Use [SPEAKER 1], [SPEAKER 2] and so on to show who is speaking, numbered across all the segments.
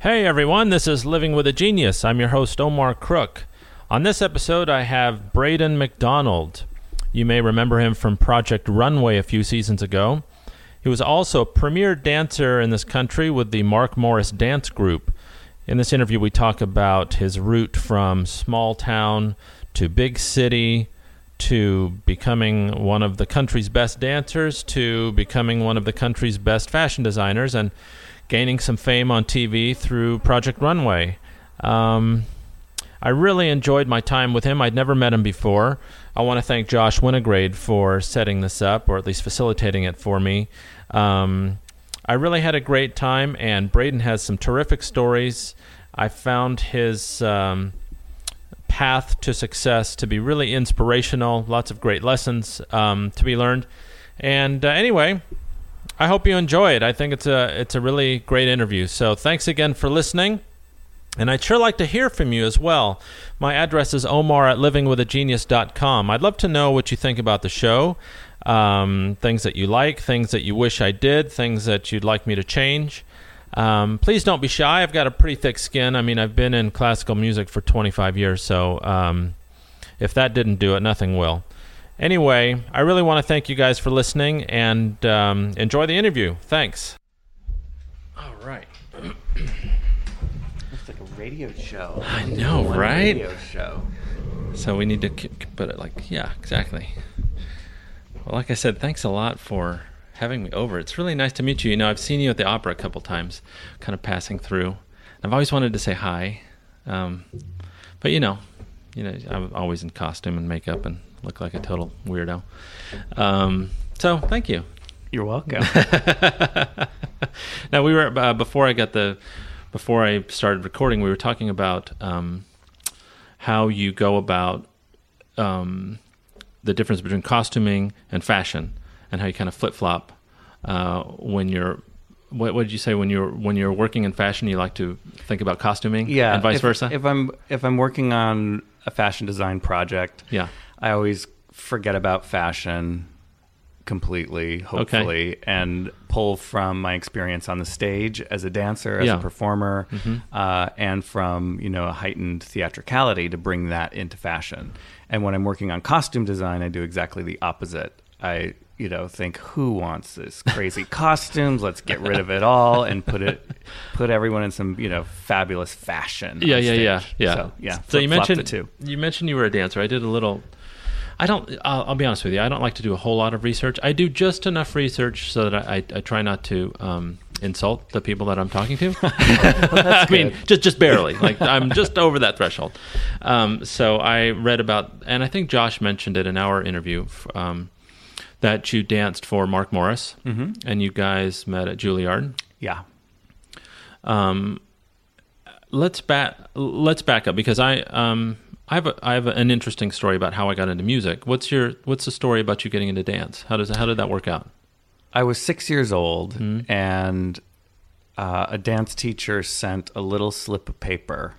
[SPEAKER 1] Hey everyone, this is Living with a Genius. I'm your host, Omar Crook. On this episode, I have Braden McDonald. You may remember him from Project Runway a few seasons ago. He was also a premier dancer in this country with the Mark Morris Dance Group. In this interview, we talk about his route from small town to big city to becoming one of the country's best dancers to becoming one of the country's best fashion designers and gaining some fame on TV through Project Runway. Um, I really enjoyed my time with him. I'd never met him before. I want to thank Josh Winograde for setting this up, or at least facilitating it for me. Um, I really had a great time, and Braden has some terrific stories. I found his um, path to success to be really inspirational, lots of great lessons um, to be learned. And uh, anyway, I hope you enjoy it. I think it's a it's a really great interview. So thanks again for listening. And I'd sure like to hear from you as well. My address is omar at livingwithagenius.com. I'd love to know what you think about the show, um, things that you like, things that you wish I did, things that you'd like me to change. Um, please don't be shy. I've got a pretty thick skin. I mean, I've been in classical music for 25 years, so um, if that didn't do it, nothing will. Anyway, I really want to thank you guys for listening and um, enjoy the interview. Thanks. All right.
[SPEAKER 2] It's like a radio show.
[SPEAKER 1] I know,
[SPEAKER 2] One
[SPEAKER 1] right?
[SPEAKER 2] Radio show.
[SPEAKER 1] So we need to k- k- put it like, yeah, exactly. Well, like I said, thanks a lot for having me over. It's really nice to meet you. You know, I've seen you at the opera a couple times, kind of passing through. I've always wanted to say hi, um, but you know, you know, I'm always in costume and makeup and look like a total weirdo. Um, so thank you.
[SPEAKER 2] You're welcome.
[SPEAKER 1] now we were uh, before I got the before I started recording, we were talking about um, how you go about um, the difference between costuming and fashion, and how you kind of flip flop uh, when you're. What, what did you say when you're when you're working in fashion? You like to think about costuming,
[SPEAKER 2] yeah.
[SPEAKER 1] and vice
[SPEAKER 2] if-
[SPEAKER 1] versa.
[SPEAKER 2] If I'm if I'm working on a fashion design project,
[SPEAKER 1] yeah,
[SPEAKER 2] I always forget about fashion completely, hopefully, and pull from my experience on the stage as a dancer, as
[SPEAKER 1] Yeah. Mm-hmm.
[SPEAKER 2] a performer, uh, and from you know a heightened theatricality to bring that into fashion. And when I'm working on costume design, I do exactly the opposite. I you know think who wants this crazy costumes let's get rid of it all and put it put everyone in some you know fabulous fashion on
[SPEAKER 1] yeah, yeah, yeah,
[SPEAKER 2] stage.
[SPEAKER 1] yeah.
[SPEAKER 2] so, yeah
[SPEAKER 1] So you
[SPEAKER 2] flip-flop the
[SPEAKER 1] mentioned
[SPEAKER 2] two.
[SPEAKER 1] you mentioned you were a dancer. I did a little. I don't. I'll, I'll be honest with you. I don't like to do a whole lot of research. I do just enough research so that I, I try not to um, insult the people that I'm talking to. I mean, just just barely. Like I'm just over that threshold. Um, so I read about, and I think Josh mentioned it in our interview. f- Um, that you danced for Mark Morris,
[SPEAKER 2] Mm-hmm.
[SPEAKER 1] and you guys met at Juilliard.
[SPEAKER 2] yeah
[SPEAKER 1] let's back let's back up because I um I have a, I have an interesting story about how I got into music. What's your what's the story about you getting into dance? How does how did that work out?
[SPEAKER 2] I was six years old,
[SPEAKER 1] Hmm.
[SPEAKER 2] and uh, a dance teacher sent a little slip of paper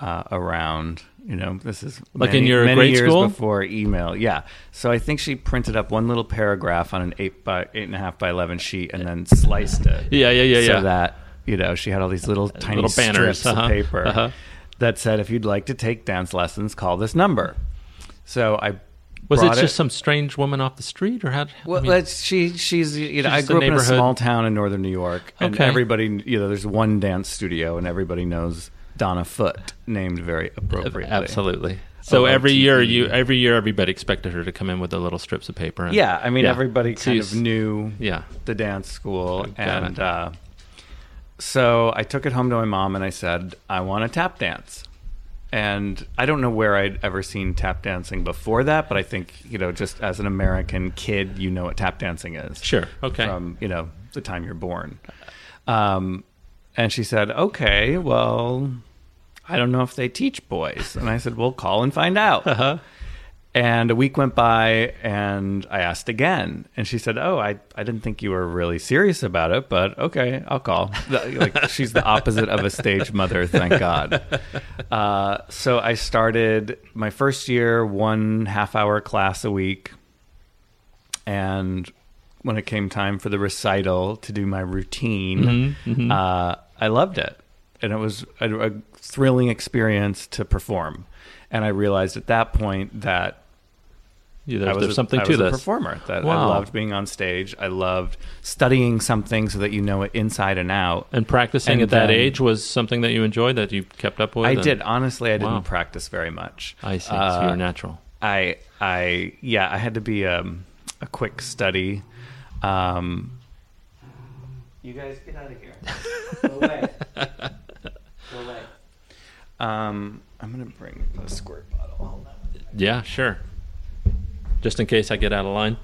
[SPEAKER 2] uh, around. You know, this is
[SPEAKER 1] Like in
[SPEAKER 2] many-
[SPEAKER 1] your
[SPEAKER 2] many
[SPEAKER 1] grade
[SPEAKER 2] years
[SPEAKER 1] school?
[SPEAKER 2] before email. Yeah, so I think she printed up one little paragraph on an eight by eight and a half by eleven sheet, and then sliced it.
[SPEAKER 1] Yeah, yeah, yeah,
[SPEAKER 2] so
[SPEAKER 1] yeah.
[SPEAKER 2] that you know she had all these little tiny
[SPEAKER 1] little banners,
[SPEAKER 2] strips
[SPEAKER 1] uh-huh,
[SPEAKER 2] of paper
[SPEAKER 1] uh-huh.
[SPEAKER 2] that said, "If you'd like to take dance lessons, call this number." So I
[SPEAKER 1] Was it
[SPEAKER 2] brought
[SPEAKER 1] just some strange woman off the street or how?
[SPEAKER 2] well,
[SPEAKER 1] I mean,
[SPEAKER 2] that's- she she's you know I
[SPEAKER 1] just a
[SPEAKER 2] grew up in a
[SPEAKER 1] neighborhood-
[SPEAKER 2] small town in northern New York, and
[SPEAKER 1] Okay.
[SPEAKER 2] everybody you know there's one dance studio, and everybody knows Donna Foote, named very appropriately.
[SPEAKER 1] absolutely. So
[SPEAKER 2] Oh,
[SPEAKER 1] every
[SPEAKER 2] OTE.
[SPEAKER 1] year you every year everybody expected her to come in with the little strips of paper. And,
[SPEAKER 2] Yeah, I mean
[SPEAKER 1] Yeah.
[SPEAKER 2] everybody
[SPEAKER 1] So
[SPEAKER 2] kind
[SPEAKER 1] you
[SPEAKER 2] of
[SPEAKER 1] s-
[SPEAKER 2] knew
[SPEAKER 1] yeah.
[SPEAKER 2] the dance school,
[SPEAKER 1] Got
[SPEAKER 2] and
[SPEAKER 1] it.
[SPEAKER 2] uh, so I took it home to my mom, and I said I want to tap dance. And I don't know where I'd ever seen tap dancing before that, but I think you know, just as an American kid, you know what tap dancing is.
[SPEAKER 1] Sure. Okay.
[SPEAKER 2] from you know the time you're born. Um, and she said, "Okay, well, I don't know if they teach boys." And I said, "Well, call and find out." Uh-huh. And a week went by, and I asked again, and she said, "Oh, I I didn't think you were really serious about it, but okay, I'll call." like she's the opposite of a stage mother, thank God. Uh, so I started my first year, one half hour class a week and when
[SPEAKER 1] Mm-hmm,
[SPEAKER 2] it came time for the recital to do my routine, uh, I loved it. and it was a, a thrilling experience to perform. And I realized at that point that
[SPEAKER 1] Yeah,
[SPEAKER 2] I
[SPEAKER 1] there's,
[SPEAKER 2] was
[SPEAKER 1] there's
[SPEAKER 2] a-
[SPEAKER 1] something
[SPEAKER 2] I
[SPEAKER 1] to
[SPEAKER 2] was a
[SPEAKER 1] this.
[SPEAKER 2] performer that I
[SPEAKER 1] Wow.
[SPEAKER 2] loved being on stage. I loved studying something so that you know it inside and out.
[SPEAKER 1] and practicing
[SPEAKER 2] And
[SPEAKER 1] at that
[SPEAKER 2] then-
[SPEAKER 1] age was something that you enjoyed that you kept up with.
[SPEAKER 2] I
[SPEAKER 1] and-
[SPEAKER 2] did honestly. I didn't
[SPEAKER 1] Wow.
[SPEAKER 2] practice very much.
[SPEAKER 1] I see.
[SPEAKER 2] Uh,
[SPEAKER 1] so you're a natural.
[SPEAKER 2] I I yeah, I had to be um, a quick study. Um, you guys get out of here. Go away. Go away. Um, I'm gonna bring the squirt bottle. Hold on.
[SPEAKER 1] Yeah, sure. Just in case I get out of line.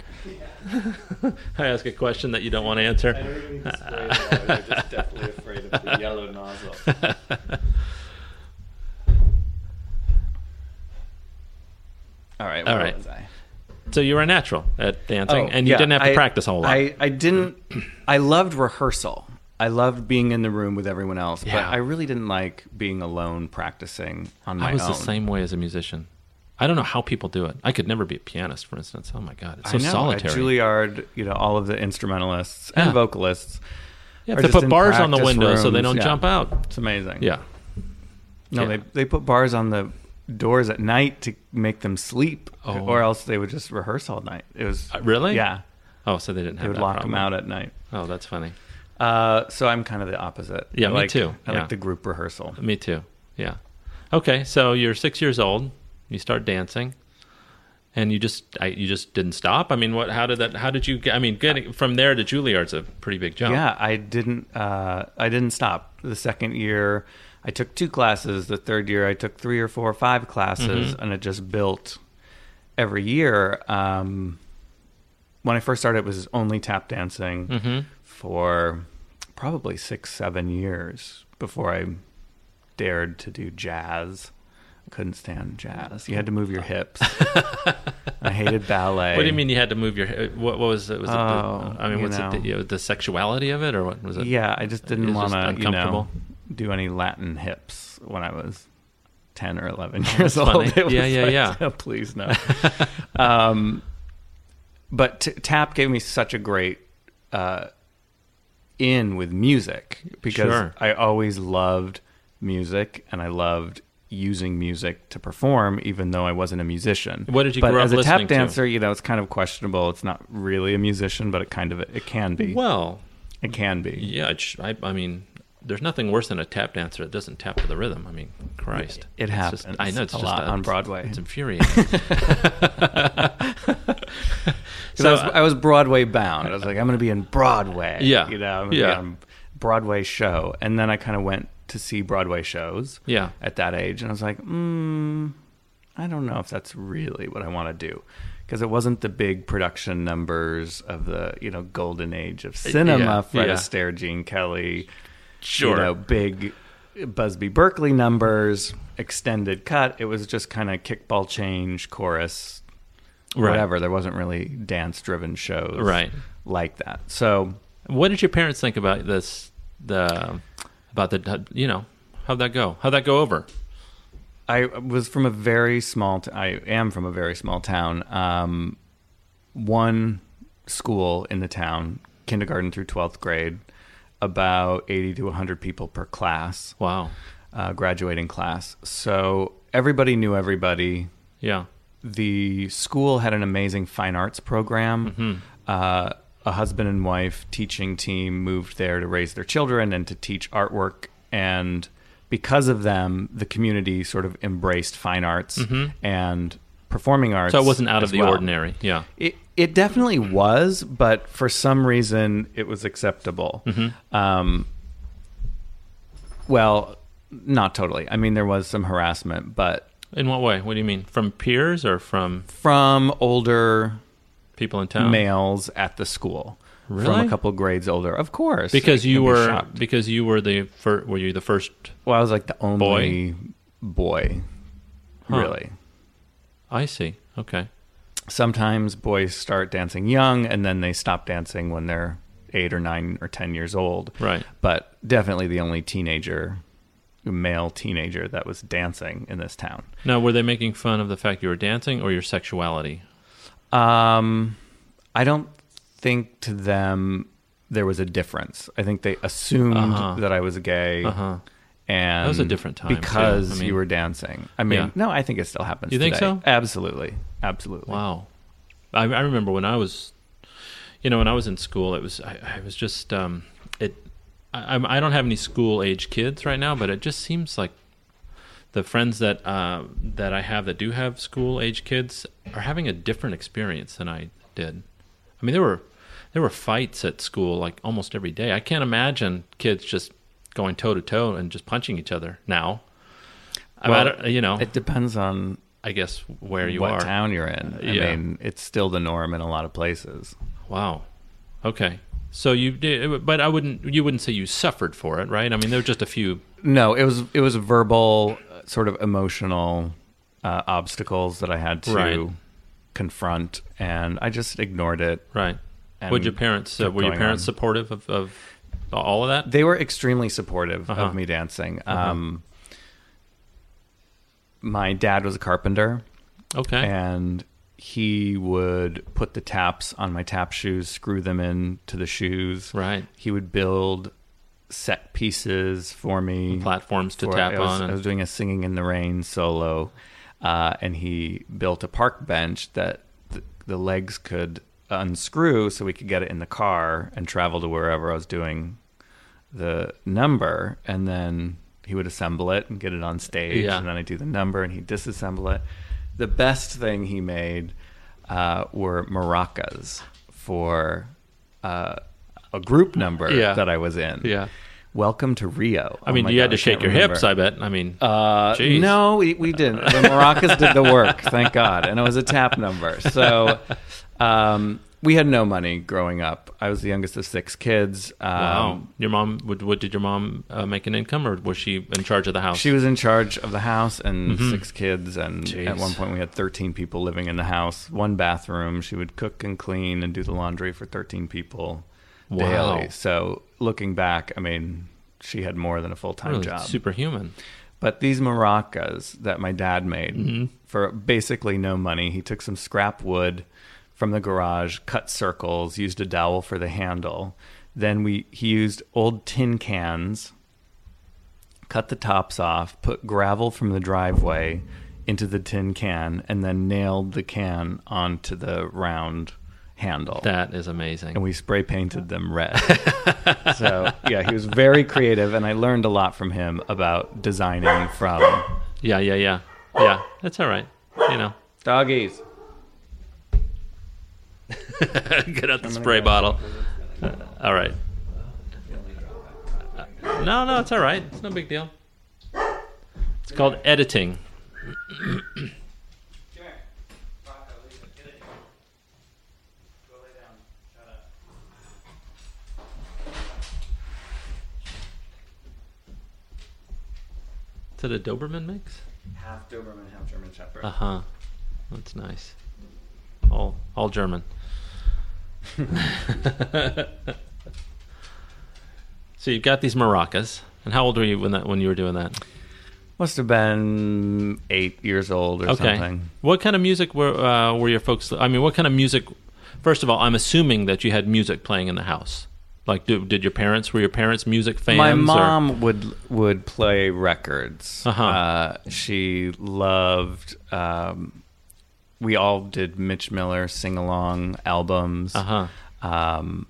[SPEAKER 1] I ask a question that you don't want to
[SPEAKER 2] I
[SPEAKER 1] answer.
[SPEAKER 2] don't even need to spray it on. I'm just definitely afraid of the yellow nozzle. All right.
[SPEAKER 1] All
[SPEAKER 2] where
[SPEAKER 1] right.
[SPEAKER 2] was I?
[SPEAKER 1] So you were a natural at dancing,
[SPEAKER 2] Oh,
[SPEAKER 1] and you
[SPEAKER 2] yeah,
[SPEAKER 1] didn't have to
[SPEAKER 2] I-
[SPEAKER 1] practice a whole lot.
[SPEAKER 2] I, I didn't. I loved rehearsal. I loved being in the room with everyone else, but
[SPEAKER 1] Yeah.
[SPEAKER 2] I really didn't like being alone practicing on my
[SPEAKER 1] I was
[SPEAKER 2] own.
[SPEAKER 1] the same way as a musician. I don't know how people do it. I could never be a pianist, for instance. Oh my god, it's so
[SPEAKER 2] I know.
[SPEAKER 1] solitary.
[SPEAKER 2] At Juilliard, you know, all of the instrumentalists and
[SPEAKER 1] Yeah.
[SPEAKER 2] vocalists.
[SPEAKER 1] you
[SPEAKER 2] are
[SPEAKER 1] have to
[SPEAKER 2] just
[SPEAKER 1] put
[SPEAKER 2] in
[SPEAKER 1] bars on the
[SPEAKER 2] practice
[SPEAKER 1] window so they
[SPEAKER 2] rooms.
[SPEAKER 1] don't
[SPEAKER 2] Yeah.
[SPEAKER 1] jump out.
[SPEAKER 2] It's amazing.
[SPEAKER 1] Yeah,
[SPEAKER 2] No,
[SPEAKER 1] Yeah.
[SPEAKER 2] they they put bars on the doors at night to make them sleep,
[SPEAKER 1] Oh.
[SPEAKER 2] or else they would just rehearse all night. It was
[SPEAKER 1] Uh, really?
[SPEAKER 2] yeah.
[SPEAKER 1] Oh, so they didn't have
[SPEAKER 2] They would
[SPEAKER 1] that
[SPEAKER 2] lock
[SPEAKER 1] problem.
[SPEAKER 2] them out at night.
[SPEAKER 1] Oh, that's funny.
[SPEAKER 2] Uh, so I'm kind of the opposite.
[SPEAKER 1] Yeah,
[SPEAKER 2] I
[SPEAKER 1] me
[SPEAKER 2] like,
[SPEAKER 1] too.
[SPEAKER 2] I
[SPEAKER 1] Yeah.
[SPEAKER 2] like the group rehearsal.
[SPEAKER 1] Me too. Yeah. Okay, so you're six years old. You start dancing, and you just I, you just didn't stop. I mean, what? How did that? How did you? get- I mean, getting from there to Juilliard's a pretty big jump.
[SPEAKER 2] Yeah, I didn't. Uh, I didn't stop. The second year, I took two classes. The third year, I took three or four or five classes,
[SPEAKER 1] Mm-hmm.
[SPEAKER 2] and it just built every year. Um, when I first started, it was only tap dancing
[SPEAKER 1] Hmm. Mm-hmm.
[SPEAKER 2] for probably six, seven years before I dared to do jazz. Couldn't stand jazz. You had to move your hips. I hated ballet.
[SPEAKER 1] What do you mean you had to move your? uh, What, what was it? Was it
[SPEAKER 2] Oh,
[SPEAKER 1] the, I mean,
[SPEAKER 2] you
[SPEAKER 1] what's
[SPEAKER 2] know.
[SPEAKER 1] it? The, you know, the sexuality of it, or what was it?
[SPEAKER 2] Yeah, I just
[SPEAKER 1] It
[SPEAKER 2] didn't
[SPEAKER 1] was just
[SPEAKER 2] want to, you know,
[SPEAKER 1] uncomfortable?
[SPEAKER 2] do any Latin hips when I was ten or eleven years old.
[SPEAKER 1] Oh, funny.
[SPEAKER 2] It was
[SPEAKER 1] Yeah, yeah,
[SPEAKER 2] like,
[SPEAKER 1] yeah.
[SPEAKER 2] "Oh, Please no. um, but t- tap gave me such a great uh, in with music because
[SPEAKER 1] Sure.
[SPEAKER 2] I always loved music and I loved using music to perform, even though I wasn't a musician.
[SPEAKER 1] What did you
[SPEAKER 2] but
[SPEAKER 1] grow up
[SPEAKER 2] as a
[SPEAKER 1] listening
[SPEAKER 2] tap
[SPEAKER 1] to?
[SPEAKER 2] dancer? You know, it's kind of questionable. It's not really a musician, but it kind of it can be.
[SPEAKER 1] Well,
[SPEAKER 2] It can be.
[SPEAKER 1] yeah. it's- I, I mean, there's nothing worse than a tap dancer that doesn't tap to the rhythm. I mean, Christ,
[SPEAKER 2] It
[SPEAKER 1] It's just-
[SPEAKER 2] happens
[SPEAKER 1] I know it's
[SPEAKER 2] a
[SPEAKER 1] just
[SPEAKER 2] lot on
[SPEAKER 1] it's-
[SPEAKER 2] Broadway.
[SPEAKER 1] It's infuriating.
[SPEAKER 2] 'Cause I, was, I was Broadway bound. I was like, I'm going to be in Broadway.
[SPEAKER 1] Yeah.
[SPEAKER 2] You know, I'm going to
[SPEAKER 1] Yeah.
[SPEAKER 2] be on a Broadway show. And then I kind of went to see Broadway shows
[SPEAKER 1] Yeah.
[SPEAKER 2] at that age. And I was like, mm, I don't know if that's really what I want to do. Because it wasn't the big production numbers of the, you know, golden age of cinema,
[SPEAKER 1] yeah,
[SPEAKER 2] Fred
[SPEAKER 1] yeah.
[SPEAKER 2] Astaire, Gene Kelly,
[SPEAKER 1] Sure.
[SPEAKER 2] you know, big Busby Berkeley numbers, extended cut. It was just kind of kickball change, chorus,
[SPEAKER 1] Right.
[SPEAKER 2] whatever. There wasn't really dance driven shows
[SPEAKER 1] Right.
[SPEAKER 2] like that. So
[SPEAKER 1] What did your parents think about this? The about the you know how'd that go? How'd that go over?
[SPEAKER 2] I was from a very small. T- I am from a very small town. Um, one school in the town, kindergarten through twelfth grade, about eighty to hundred people per class,
[SPEAKER 1] Wow.
[SPEAKER 2] uh, graduating class. So everybody knew everybody.
[SPEAKER 1] Yeah.
[SPEAKER 2] the school had an amazing fine arts program.
[SPEAKER 1] Mm-hmm.
[SPEAKER 2] Uh, a husband and wife teaching team moved there to raise their children and to teach artwork. And because of them, the community sort of embraced fine arts and performing arts.
[SPEAKER 1] Mm-hmm. So it wasn't out of
[SPEAKER 2] as
[SPEAKER 1] the
[SPEAKER 2] well.
[SPEAKER 1] ordinary. Yeah.
[SPEAKER 2] It, it definitely was, but for some reason, it was acceptable.
[SPEAKER 1] Mm-hmm.
[SPEAKER 2] Um, well, not totally. I mean, there was some harassment, but
[SPEAKER 1] In what way? What do you mean? From peers or from
[SPEAKER 2] from older
[SPEAKER 1] people in town?
[SPEAKER 2] males at the school from
[SPEAKER 1] Oh. Really?
[SPEAKER 2] a couple grades older. Of course,
[SPEAKER 1] Because
[SPEAKER 2] It
[SPEAKER 1] you
[SPEAKER 2] can be
[SPEAKER 1] were
[SPEAKER 2] shocked.
[SPEAKER 1] because you were the fir- were you the first?
[SPEAKER 2] Well, I was like the only boy,
[SPEAKER 1] Huh.
[SPEAKER 2] really.
[SPEAKER 1] I see. Okay.
[SPEAKER 2] Sometimes boys start dancing young, and then they stop dancing when they're eight or nine or ten years old.
[SPEAKER 1] Right.
[SPEAKER 2] But definitely the only teenager, male teenager, that was dancing in this town.
[SPEAKER 1] Now, were they making fun of the fact you were dancing or your sexuality?
[SPEAKER 2] Um, I don't think to them there was a difference. I think they assumed
[SPEAKER 1] Uh-huh.
[SPEAKER 2] that I was gay,
[SPEAKER 1] Uh huh.
[SPEAKER 2] and that
[SPEAKER 1] was a different time, too.
[SPEAKER 2] because
[SPEAKER 1] I mean-
[SPEAKER 2] you were dancing. I mean,
[SPEAKER 1] Yeah.
[SPEAKER 2] no, I think it still happens.
[SPEAKER 1] You think
[SPEAKER 2] today.
[SPEAKER 1] so?
[SPEAKER 2] Absolutely, absolutely.
[SPEAKER 1] Wow. I, I remember when I was, you know, when I was in school, it was, I, I was just, um, it, I, I'm- I don't have any school age kids right now, but it just seems like the friends that, uh, that I have that do have school age kids are having a different experience than I did. I mean, there were, there were fights at school like almost every day. I can't imagine kids just going toe to toe and just punching each other now. I- I
[SPEAKER 2] Well,
[SPEAKER 1] don't, you know,
[SPEAKER 2] It depends on
[SPEAKER 1] I guess where you
[SPEAKER 2] what
[SPEAKER 1] are.
[SPEAKER 2] town you're in. I
[SPEAKER 1] yeah.
[SPEAKER 2] mean, it's still the norm in a lot of places.
[SPEAKER 1] Wow. Okay. So you did, but I wouldn't. You wouldn't say you suffered for it, right? I mean, there were just a few.
[SPEAKER 2] No, it was it was verbal, uh, sort of emotional uh, obstacles that I had to
[SPEAKER 1] Right.
[SPEAKER 2] confront, and I just ignored it.
[SPEAKER 1] Right.
[SPEAKER 2] And
[SPEAKER 1] Would your parents? Uh,
[SPEAKER 2] kept
[SPEAKER 1] were your
[SPEAKER 2] going
[SPEAKER 1] parents
[SPEAKER 2] on.
[SPEAKER 1] supportive of, of all of that?
[SPEAKER 2] They were extremely supportive
[SPEAKER 1] Uh-huh.
[SPEAKER 2] of me dancing. Um, my dad was a carpenter,
[SPEAKER 1] Okay.
[SPEAKER 2] and he would put the taps on my tap shoes, screw them into the shoes.
[SPEAKER 1] Right.
[SPEAKER 2] He would build set pieces for me.
[SPEAKER 1] Platforms to
[SPEAKER 2] for-
[SPEAKER 1] tap
[SPEAKER 2] I was,
[SPEAKER 1] on.
[SPEAKER 2] I
[SPEAKER 1] and-
[SPEAKER 2] was doing a singing in the rain solo, uh, and he built a park bench that th- the legs could unscrew so we could get it in the car and travel to wherever I was doing the number, and then he would assemble it and get it on stage,
[SPEAKER 1] Yeah.
[SPEAKER 2] and then I do the number and he disassemble it. The best thing he made uh, were maracas for uh, a group number
[SPEAKER 1] Yeah.
[SPEAKER 2] that I was in.
[SPEAKER 1] Yeah.
[SPEAKER 2] Welcome to Rio. Oh
[SPEAKER 1] I mean, you had to shake your hips. I bet. I mean,
[SPEAKER 2] Uh,
[SPEAKER 1] Jeez.
[SPEAKER 2] no, we, we didn't. The maracas did the work, thank God, and it was a tap number. So, um, we had no money growing up. I was the youngest of six kids. Um,
[SPEAKER 1] wow. your mom. Would, what did your mom uh, make an income, or was she in charge of the house?
[SPEAKER 2] She was in charge of the house and six kids, and
[SPEAKER 1] Mm-hmm. Jeez.
[SPEAKER 2] at one point we had thirteen people living in the house, one bathroom. She would cook and clean and do the laundry for thirteen people
[SPEAKER 1] Wow.
[SPEAKER 2] daily. So, looking back, I mean, she had more than a full time
[SPEAKER 1] Really
[SPEAKER 2] job.
[SPEAKER 1] superhuman.
[SPEAKER 2] But these maracas that my dad made for basically no money, he took some scrap wood from the garage, cut circles, used a dowel for the handle. Then we he used old tin cans, cut the tops off, put gravel from the driveway into the tin can, and then nailed the can onto the round handle
[SPEAKER 1] That is amazing.
[SPEAKER 2] and we spray painted them red. so yeah, he was very creative, and I learned a lot from him about designing from
[SPEAKER 1] yeah. Yeah. Yeah. Yeah. That's all right. You know.
[SPEAKER 2] doggies.
[SPEAKER 1] Get out the spray bottle. Uh, all right. Uh, No, no, it's all right. It's no big deal. It's called editing. Is it a Doberman mix?
[SPEAKER 2] Half Doberman, half German Shepherd.
[SPEAKER 1] Uh huh. That's nice. All all German. so you've got these maracas, and how old were you when that when you were doing that?
[SPEAKER 2] Must have been eight years old or
[SPEAKER 1] Okay.
[SPEAKER 2] something.
[SPEAKER 1] What kind of music were uh, were your folks? I mean, what kind of music? First of all, I'm assuming that you had music playing in the house. Like, do, did your parents were your parents music fans?
[SPEAKER 2] My
[SPEAKER 1] or-
[SPEAKER 2] mom would would play records.
[SPEAKER 1] Uh-huh.
[SPEAKER 2] Uh, she loved. Um, we all did Mitch Miller sing along albums.
[SPEAKER 1] Uh-huh.
[SPEAKER 2] Um,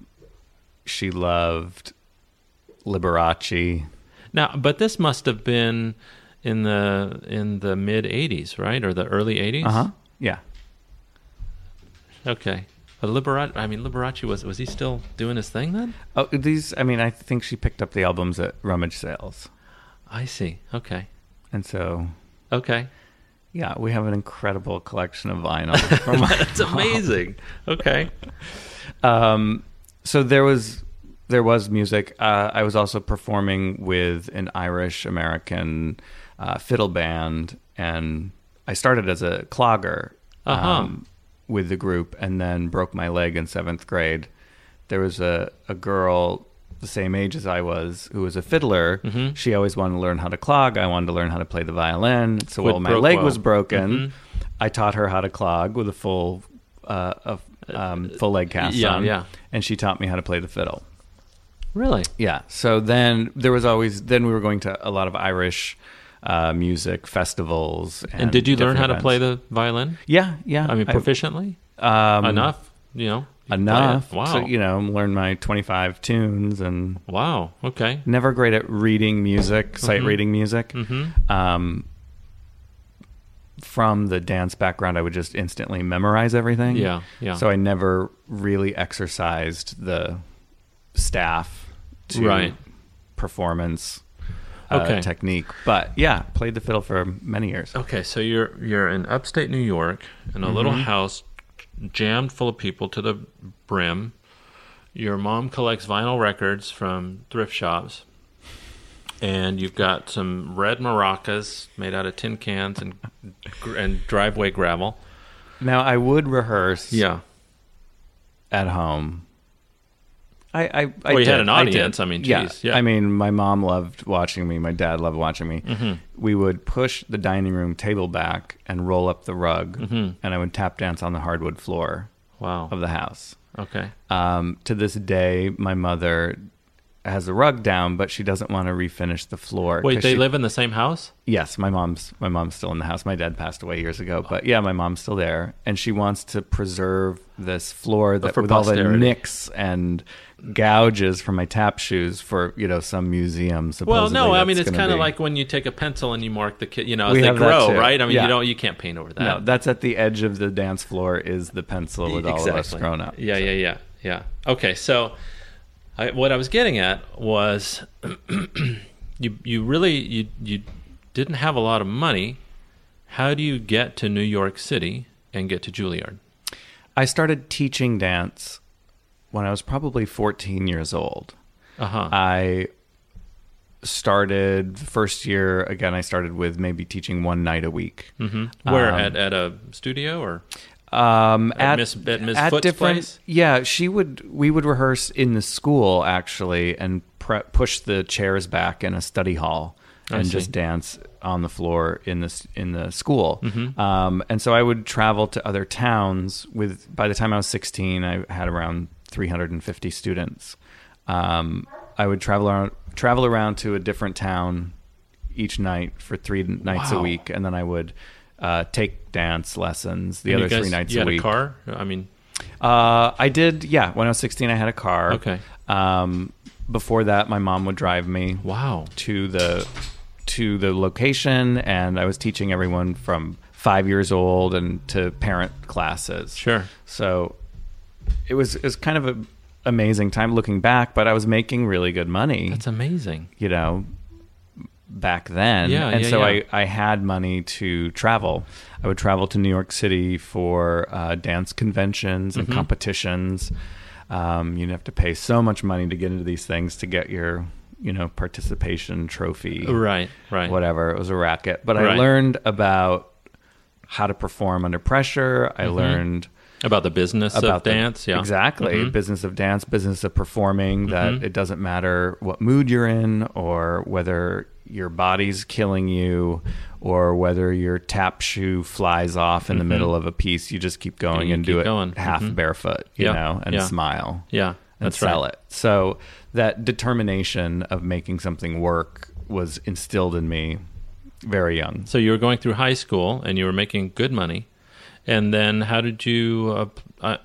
[SPEAKER 2] she loved Liberace.
[SPEAKER 1] Now, but this must have been in the in the mid '80s, right, or the early '80s.
[SPEAKER 2] Uh-huh. Yeah.
[SPEAKER 1] Okay. But Liberace, I mean, Liberace was was he still doing his thing then?
[SPEAKER 2] Oh, these. I mean, I think she picked up the albums at rummage sales,
[SPEAKER 1] I see. Okay.
[SPEAKER 2] and so
[SPEAKER 1] Okay.
[SPEAKER 2] yeah, we have an incredible collection of vinyl. From
[SPEAKER 1] That's amazing. Okay.
[SPEAKER 2] um, so there was there was music. Uh, I was also performing with an Irish American uh, fiddle band, and I started as a clogger um,
[SPEAKER 1] Uh-huh.
[SPEAKER 2] with the group, and then broke my leg in seventh grade. There was a a girl the same age as I was who was a fiddler. She always wanted to learn how to clog. I wanted to learn how to play the violin. So
[SPEAKER 1] Quid
[SPEAKER 2] while my
[SPEAKER 1] pro
[SPEAKER 2] leg
[SPEAKER 1] quo.
[SPEAKER 2] was broken, I taught her how to clog with a full uh, a, um, full leg cast
[SPEAKER 1] Yeah,
[SPEAKER 2] on,
[SPEAKER 1] yeah.
[SPEAKER 2] and she taught me how to play the fiddle.
[SPEAKER 1] Really?
[SPEAKER 2] Yeah. So then there was always then we were going to a lot of Irish uh, music festivals. And,
[SPEAKER 1] And, did you learn
[SPEAKER 2] different
[SPEAKER 1] how to play
[SPEAKER 2] events.
[SPEAKER 1] the violin?
[SPEAKER 2] Yeah, yeah.
[SPEAKER 1] I mean, proficiently
[SPEAKER 2] um,
[SPEAKER 1] enough. You know, you can play it.
[SPEAKER 2] enough.
[SPEAKER 1] Wow.
[SPEAKER 2] So, you know, learn my twenty-five tunes and
[SPEAKER 1] Wow. Okay.
[SPEAKER 2] never great at reading music,
[SPEAKER 1] Mm-hmm.
[SPEAKER 2] sight reading music.
[SPEAKER 1] Mm.
[SPEAKER 2] Um, from the dance background, I would just instantly memorize everything.
[SPEAKER 1] Yeah, yeah.
[SPEAKER 2] So I never really exercised the staff to
[SPEAKER 1] Right.
[SPEAKER 2] performance uh,
[SPEAKER 1] Okay. Oh.
[SPEAKER 2] technique. But yeah, played the fiddle for many years.
[SPEAKER 1] Okay. So you're you're in upstate New York in a little house jammed full of people to the brim. Your mom collects vinyl records from thrift shops. And you've got some red maracas made out of tin cans and gr- and driveway gravel.
[SPEAKER 2] Now I would rehearse at home. I, I, I
[SPEAKER 1] Well, you had
[SPEAKER 2] did.
[SPEAKER 1] an
[SPEAKER 2] I did.
[SPEAKER 1] audience. I mean, geez, yeah.
[SPEAKER 2] I mean, my mom loved watching me. My dad loved watching me.
[SPEAKER 1] Mm-hmm.
[SPEAKER 2] We would push the dining room table back and roll up the rug,
[SPEAKER 1] Mm-hmm.
[SPEAKER 2] and I would tap dance on the hardwood floor
[SPEAKER 1] Wow.
[SPEAKER 2] of the house.
[SPEAKER 1] Okay.
[SPEAKER 2] Um, to this day, my mother has the rug down, but she doesn't want to refinish the floor.
[SPEAKER 1] Wait,
[SPEAKER 2] 'cause
[SPEAKER 1] they
[SPEAKER 2] she-
[SPEAKER 1] live in the same house?
[SPEAKER 2] Yes, my mom's my mom's still in the house. My dad passed away years ago, but yeah, my mom's still there, and she wants to preserve this floor that
[SPEAKER 1] For
[SPEAKER 2] with all the
[SPEAKER 1] posterity.
[SPEAKER 2] nicks and gouges from my tap shoes for you know some museum.
[SPEAKER 1] Well,
[SPEAKER 2] Supposedly
[SPEAKER 1] no, I
[SPEAKER 2] that's
[SPEAKER 1] mean it's
[SPEAKER 2] gonna
[SPEAKER 1] kind of
[SPEAKER 2] be-
[SPEAKER 1] like when you take a pencil and you mark the kid, you know, as
[SPEAKER 2] We
[SPEAKER 1] they
[SPEAKER 2] have that
[SPEAKER 1] grow,
[SPEAKER 2] too.
[SPEAKER 1] right? I mean,
[SPEAKER 2] Yeah.
[SPEAKER 1] you don't, you can't paint over that.
[SPEAKER 2] no, that's at the edge of the dance floor is the pencil with all of us
[SPEAKER 1] E- Exactly.
[SPEAKER 2] grown up.
[SPEAKER 1] Yeah, yeah, yeah, yeah. Okay, so I, what I was getting at was you you really you you didn't have a lot of money. How do you get to New York City and get to Juilliard?
[SPEAKER 2] I started teaching dance when I was probably 14 years old.
[SPEAKER 1] Uh huh.
[SPEAKER 2] Uh-huh, I started the first year again. I started with maybe teaching one night a week.
[SPEAKER 1] Mm-hmm.
[SPEAKER 2] mm-hmm.
[SPEAKER 1] Where at at a studio or
[SPEAKER 2] Um,
[SPEAKER 1] At Miss- at Miss Foote's place?
[SPEAKER 2] Yeah, she would. We would rehearse in the school actually, and pre- push the chairs back in a study hall and
[SPEAKER 1] see.
[SPEAKER 2] just dance on the floor in the s- in the school.
[SPEAKER 1] Mm-hmm.
[SPEAKER 2] Um, and so I would travel to other towns. With by the time I was sixteen, I had around three hundred and fifty students. Um, I would travel around travel around to a different town each night for three nights a
[SPEAKER 1] Wow.
[SPEAKER 2] week, and then I would. Uh, take dance lessons the
[SPEAKER 1] And
[SPEAKER 2] other
[SPEAKER 1] you guys-
[SPEAKER 2] three nights
[SPEAKER 1] you
[SPEAKER 2] a
[SPEAKER 1] had
[SPEAKER 2] week.
[SPEAKER 1] a car? I mean,
[SPEAKER 2] Uh, I did. Yeah, when I was 16, I had a car.
[SPEAKER 1] Okay.
[SPEAKER 2] Um, before that, my mom would drive me
[SPEAKER 1] wow.
[SPEAKER 2] to the to the location, and I was teaching everyone from five years old and to parent classes.
[SPEAKER 1] Sure.
[SPEAKER 2] So it was it was kind of a amazing time looking back, but I was making really good money
[SPEAKER 1] That's amazing.
[SPEAKER 2] you know back then
[SPEAKER 1] Yeah,
[SPEAKER 2] and
[SPEAKER 1] yeah,
[SPEAKER 2] so
[SPEAKER 1] yeah.
[SPEAKER 2] I, I had money to travel i would travel to new york city for uh, dance conventions
[SPEAKER 1] Mm-hmm.
[SPEAKER 2] and competitions um, you'd have to pay so much money to get into these things to get your you know participation trophy
[SPEAKER 1] Right, right.
[SPEAKER 2] whatever it was a racket but i
[SPEAKER 1] Right.
[SPEAKER 2] learned about how to perform under pressure
[SPEAKER 1] Mm-hmm.
[SPEAKER 2] i learned
[SPEAKER 1] About the business of
[SPEAKER 2] the-
[SPEAKER 1] dance, yeah. Mm-hmm.
[SPEAKER 2] exactly business of dance business of performing that it doesn't matter what mood you're in or whether your body's killing you or whether your tap shoe flies off in the middle of a piece you just keep
[SPEAKER 1] And
[SPEAKER 2] going and,
[SPEAKER 1] Mm-hmm. you
[SPEAKER 2] do
[SPEAKER 1] keep
[SPEAKER 2] it
[SPEAKER 1] going. Mm-hmm.
[SPEAKER 2] half barefoot you
[SPEAKER 1] Yeah,
[SPEAKER 2] know and
[SPEAKER 1] yeah.
[SPEAKER 2] smile
[SPEAKER 1] Yeah,
[SPEAKER 2] and
[SPEAKER 1] that's
[SPEAKER 2] sell
[SPEAKER 1] right.
[SPEAKER 2] it so that determination of making something work was instilled in me very young
[SPEAKER 1] So you were going through high school and you were making good money, and then how did you? Uh, p- uh,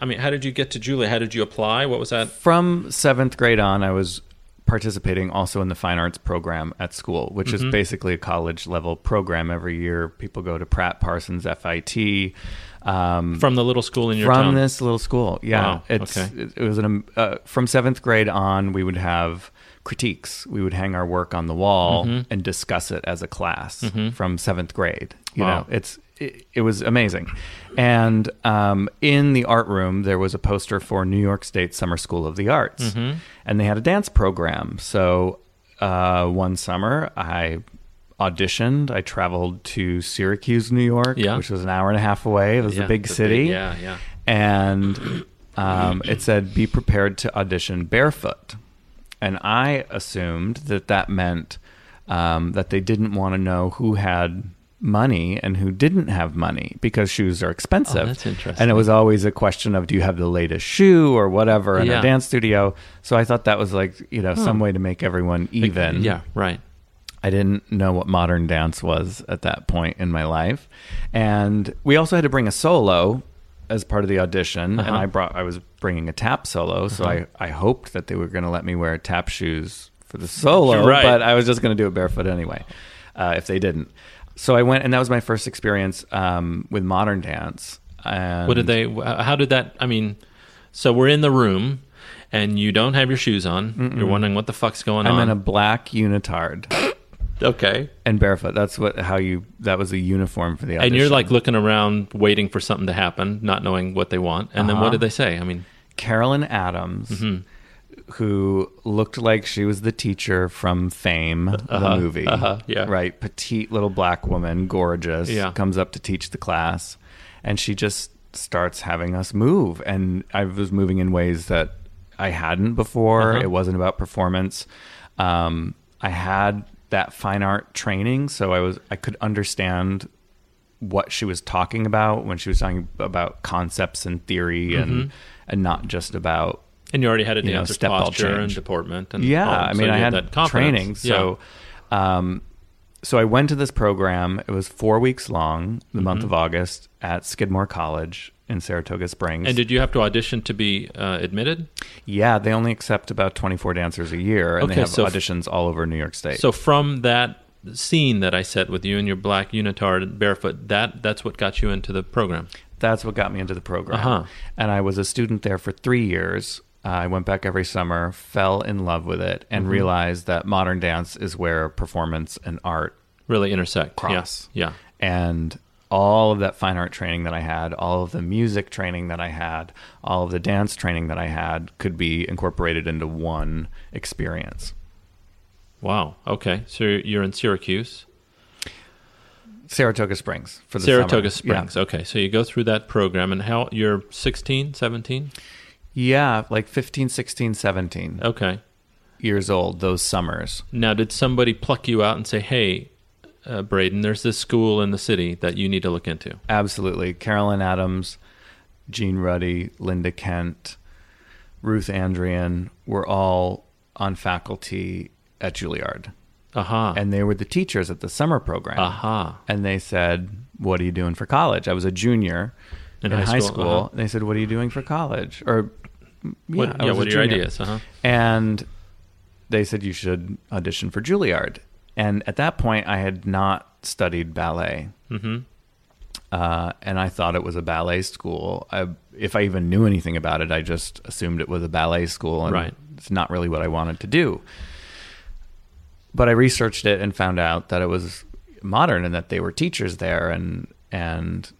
[SPEAKER 1] I mean, how did you get to Julia? How did you apply? What was that?
[SPEAKER 2] from seventh grade on, I was participating also in the fine arts program at school, which is basically a college level program. Every year, people go to Pratt Parsons FIT um,
[SPEAKER 1] From the little school in your
[SPEAKER 2] from
[SPEAKER 1] town.
[SPEAKER 2] this little school. Yeah,
[SPEAKER 1] Wow,
[SPEAKER 2] it's
[SPEAKER 1] okay.
[SPEAKER 2] it, it was an um, uh, from seventh grade on, we would have critiques. We would hang our work on the wall
[SPEAKER 1] Mm-hmm.
[SPEAKER 2] and discuss it as a class from seventh grade. You
[SPEAKER 1] Wow.
[SPEAKER 2] know, it's it, it was amazing. And um, in the art room, there was a poster for New York State Summer School of the Arts,
[SPEAKER 1] Mm-hmm.
[SPEAKER 2] and they had a dance program. So uh, one summer, I auditioned. I traveled to Syracuse, New York,
[SPEAKER 1] Yeah.
[SPEAKER 2] which was an hour and a half away. It was
[SPEAKER 1] Yeah,
[SPEAKER 2] a big
[SPEAKER 1] the big-
[SPEAKER 2] city.
[SPEAKER 1] yeah, yeah.
[SPEAKER 2] And um, it said, "Be prepared to audition barefoot." And I assumed that that meant um, that they didn't want to know who had money and who didn't have money because shoes are expensive.
[SPEAKER 3] Oh, that's interesting.
[SPEAKER 2] And it was always a question of do you have the latest shoe or whatever in
[SPEAKER 3] Yeah. Hmm.
[SPEAKER 2] a dance studio. So I thought that was like, you know, some way to make everyone even.
[SPEAKER 3] Yeah, right.
[SPEAKER 2] I didn't know what modern dance was at that point in my life. And we also had to bring a solo as part of the audition
[SPEAKER 1] Uh-huh.
[SPEAKER 2] and I brought I was bringing a tap solo, so I I hoped that they were going to let me wear tap shoes for the solo,
[SPEAKER 1] Right.
[SPEAKER 2] but I was just going to do it barefoot anyway. Uh, if they didn't. So I went and that was my first experience um, with modern dance. And
[SPEAKER 1] What did they? wh- How did that? I mean, so we're in the room, and you don't have your shoes on. You're wondering what the fuck's going
[SPEAKER 2] I'm
[SPEAKER 1] on.
[SPEAKER 2] in a black unitard
[SPEAKER 1] okay,
[SPEAKER 2] and barefoot. That's what how you that was the uniform for the audition.
[SPEAKER 1] and you're like looking around, waiting for something to happen, not knowing what they want. And then what
[SPEAKER 2] Uh-huh.
[SPEAKER 1] did they say? I mean,
[SPEAKER 2] Carolyn Adams,
[SPEAKER 1] Mm-hmm.
[SPEAKER 2] who looked like she was the teacher from Fame, the movie.
[SPEAKER 1] uh-huh, yeah.
[SPEAKER 2] Right. Petite little black woman, gorgeous,
[SPEAKER 1] Yeah.
[SPEAKER 2] comes up to teach the class. And she just starts having us move. And I was moving in ways that I hadn't before. It wasn't about performance. Um, I had that fine art training, so I was I could understand what she was talking about when she was talking about concepts and theory and and not just about
[SPEAKER 1] and you already had a
[SPEAKER 2] know,
[SPEAKER 1] dancer's
[SPEAKER 2] step all
[SPEAKER 1] posture and
[SPEAKER 2] change.
[SPEAKER 1] deportment. And
[SPEAKER 2] yeah
[SPEAKER 1] all.
[SPEAKER 2] i
[SPEAKER 1] Oh, So
[SPEAKER 2] mean
[SPEAKER 1] you
[SPEAKER 2] i had,
[SPEAKER 1] that confidence.
[SPEAKER 2] training so um so i went to this program it was four weeks long the
[SPEAKER 1] Mm-hmm.
[SPEAKER 2] month of august at skidmore college in saratoga springs
[SPEAKER 1] And did you have to audition to be uh, admitted?
[SPEAKER 2] yeah they only accept about 24 dancers a year and
[SPEAKER 1] Okay,
[SPEAKER 2] they have
[SPEAKER 1] so f-
[SPEAKER 2] auditions all over new york state
[SPEAKER 1] So from that scene that I set with you in your black unitard and barefoot, that that's what got you into the program.
[SPEAKER 2] that's what got me into the program.
[SPEAKER 1] Uh-huh.
[SPEAKER 2] And I was a student there for three years. Uh, I went back every summer, fell in love with it, and
[SPEAKER 1] Mm-hmm.
[SPEAKER 2] realized that modern dance is where performance and art
[SPEAKER 1] Really intersect.
[SPEAKER 2] Cross.
[SPEAKER 1] Yeah.
[SPEAKER 2] and all of that fine art training that I had, all of the music training that I had, all of the dance training that I had could be incorporated into one experience.
[SPEAKER 1] yeah. Wow. Okay. So you're you're in Syracuse.
[SPEAKER 2] Saratoga Springs for the
[SPEAKER 1] Saratoga
[SPEAKER 2] summer. Yeah.
[SPEAKER 1] Springs. Okay. So you go through that program and how you're 16, 17?
[SPEAKER 2] Yeah. like 15, 16, 17
[SPEAKER 1] Okay.
[SPEAKER 2] years old those summers.
[SPEAKER 1] Now, did somebody pluck you out and say, hey, uh, Braden, there's this school in the city that you need to look into?
[SPEAKER 2] Absolutely. Carolyn Adams, Gene Ruddy, Linda Kent, Ruth Andrian were all on faculty at Juilliard.
[SPEAKER 1] Aha.
[SPEAKER 2] And they were the teachers at the summer program.
[SPEAKER 1] Aha.
[SPEAKER 2] And they said, What are you doing for college? I was a junior
[SPEAKER 1] In
[SPEAKER 2] in,
[SPEAKER 1] high
[SPEAKER 2] high,
[SPEAKER 1] school,
[SPEAKER 2] school.
[SPEAKER 1] uh-huh.
[SPEAKER 2] They said, What are you doing for college? Or, mm, yeah,
[SPEAKER 1] What,
[SPEAKER 2] I
[SPEAKER 1] yeah,
[SPEAKER 2] was
[SPEAKER 1] what
[SPEAKER 2] a
[SPEAKER 1] are your
[SPEAKER 2] junior.
[SPEAKER 1] ideas? Uh-huh.
[SPEAKER 2] And they said, You should audition for Juilliard. And at that point, I had not studied ballet uh, and I thought it was a ballet school. I, if I even knew anything about it, I just assumed it was a ballet school, and
[SPEAKER 1] Right.
[SPEAKER 2] it's not really what I wanted to do. But I researched it and found out that it was modern and that they were teachers there, and and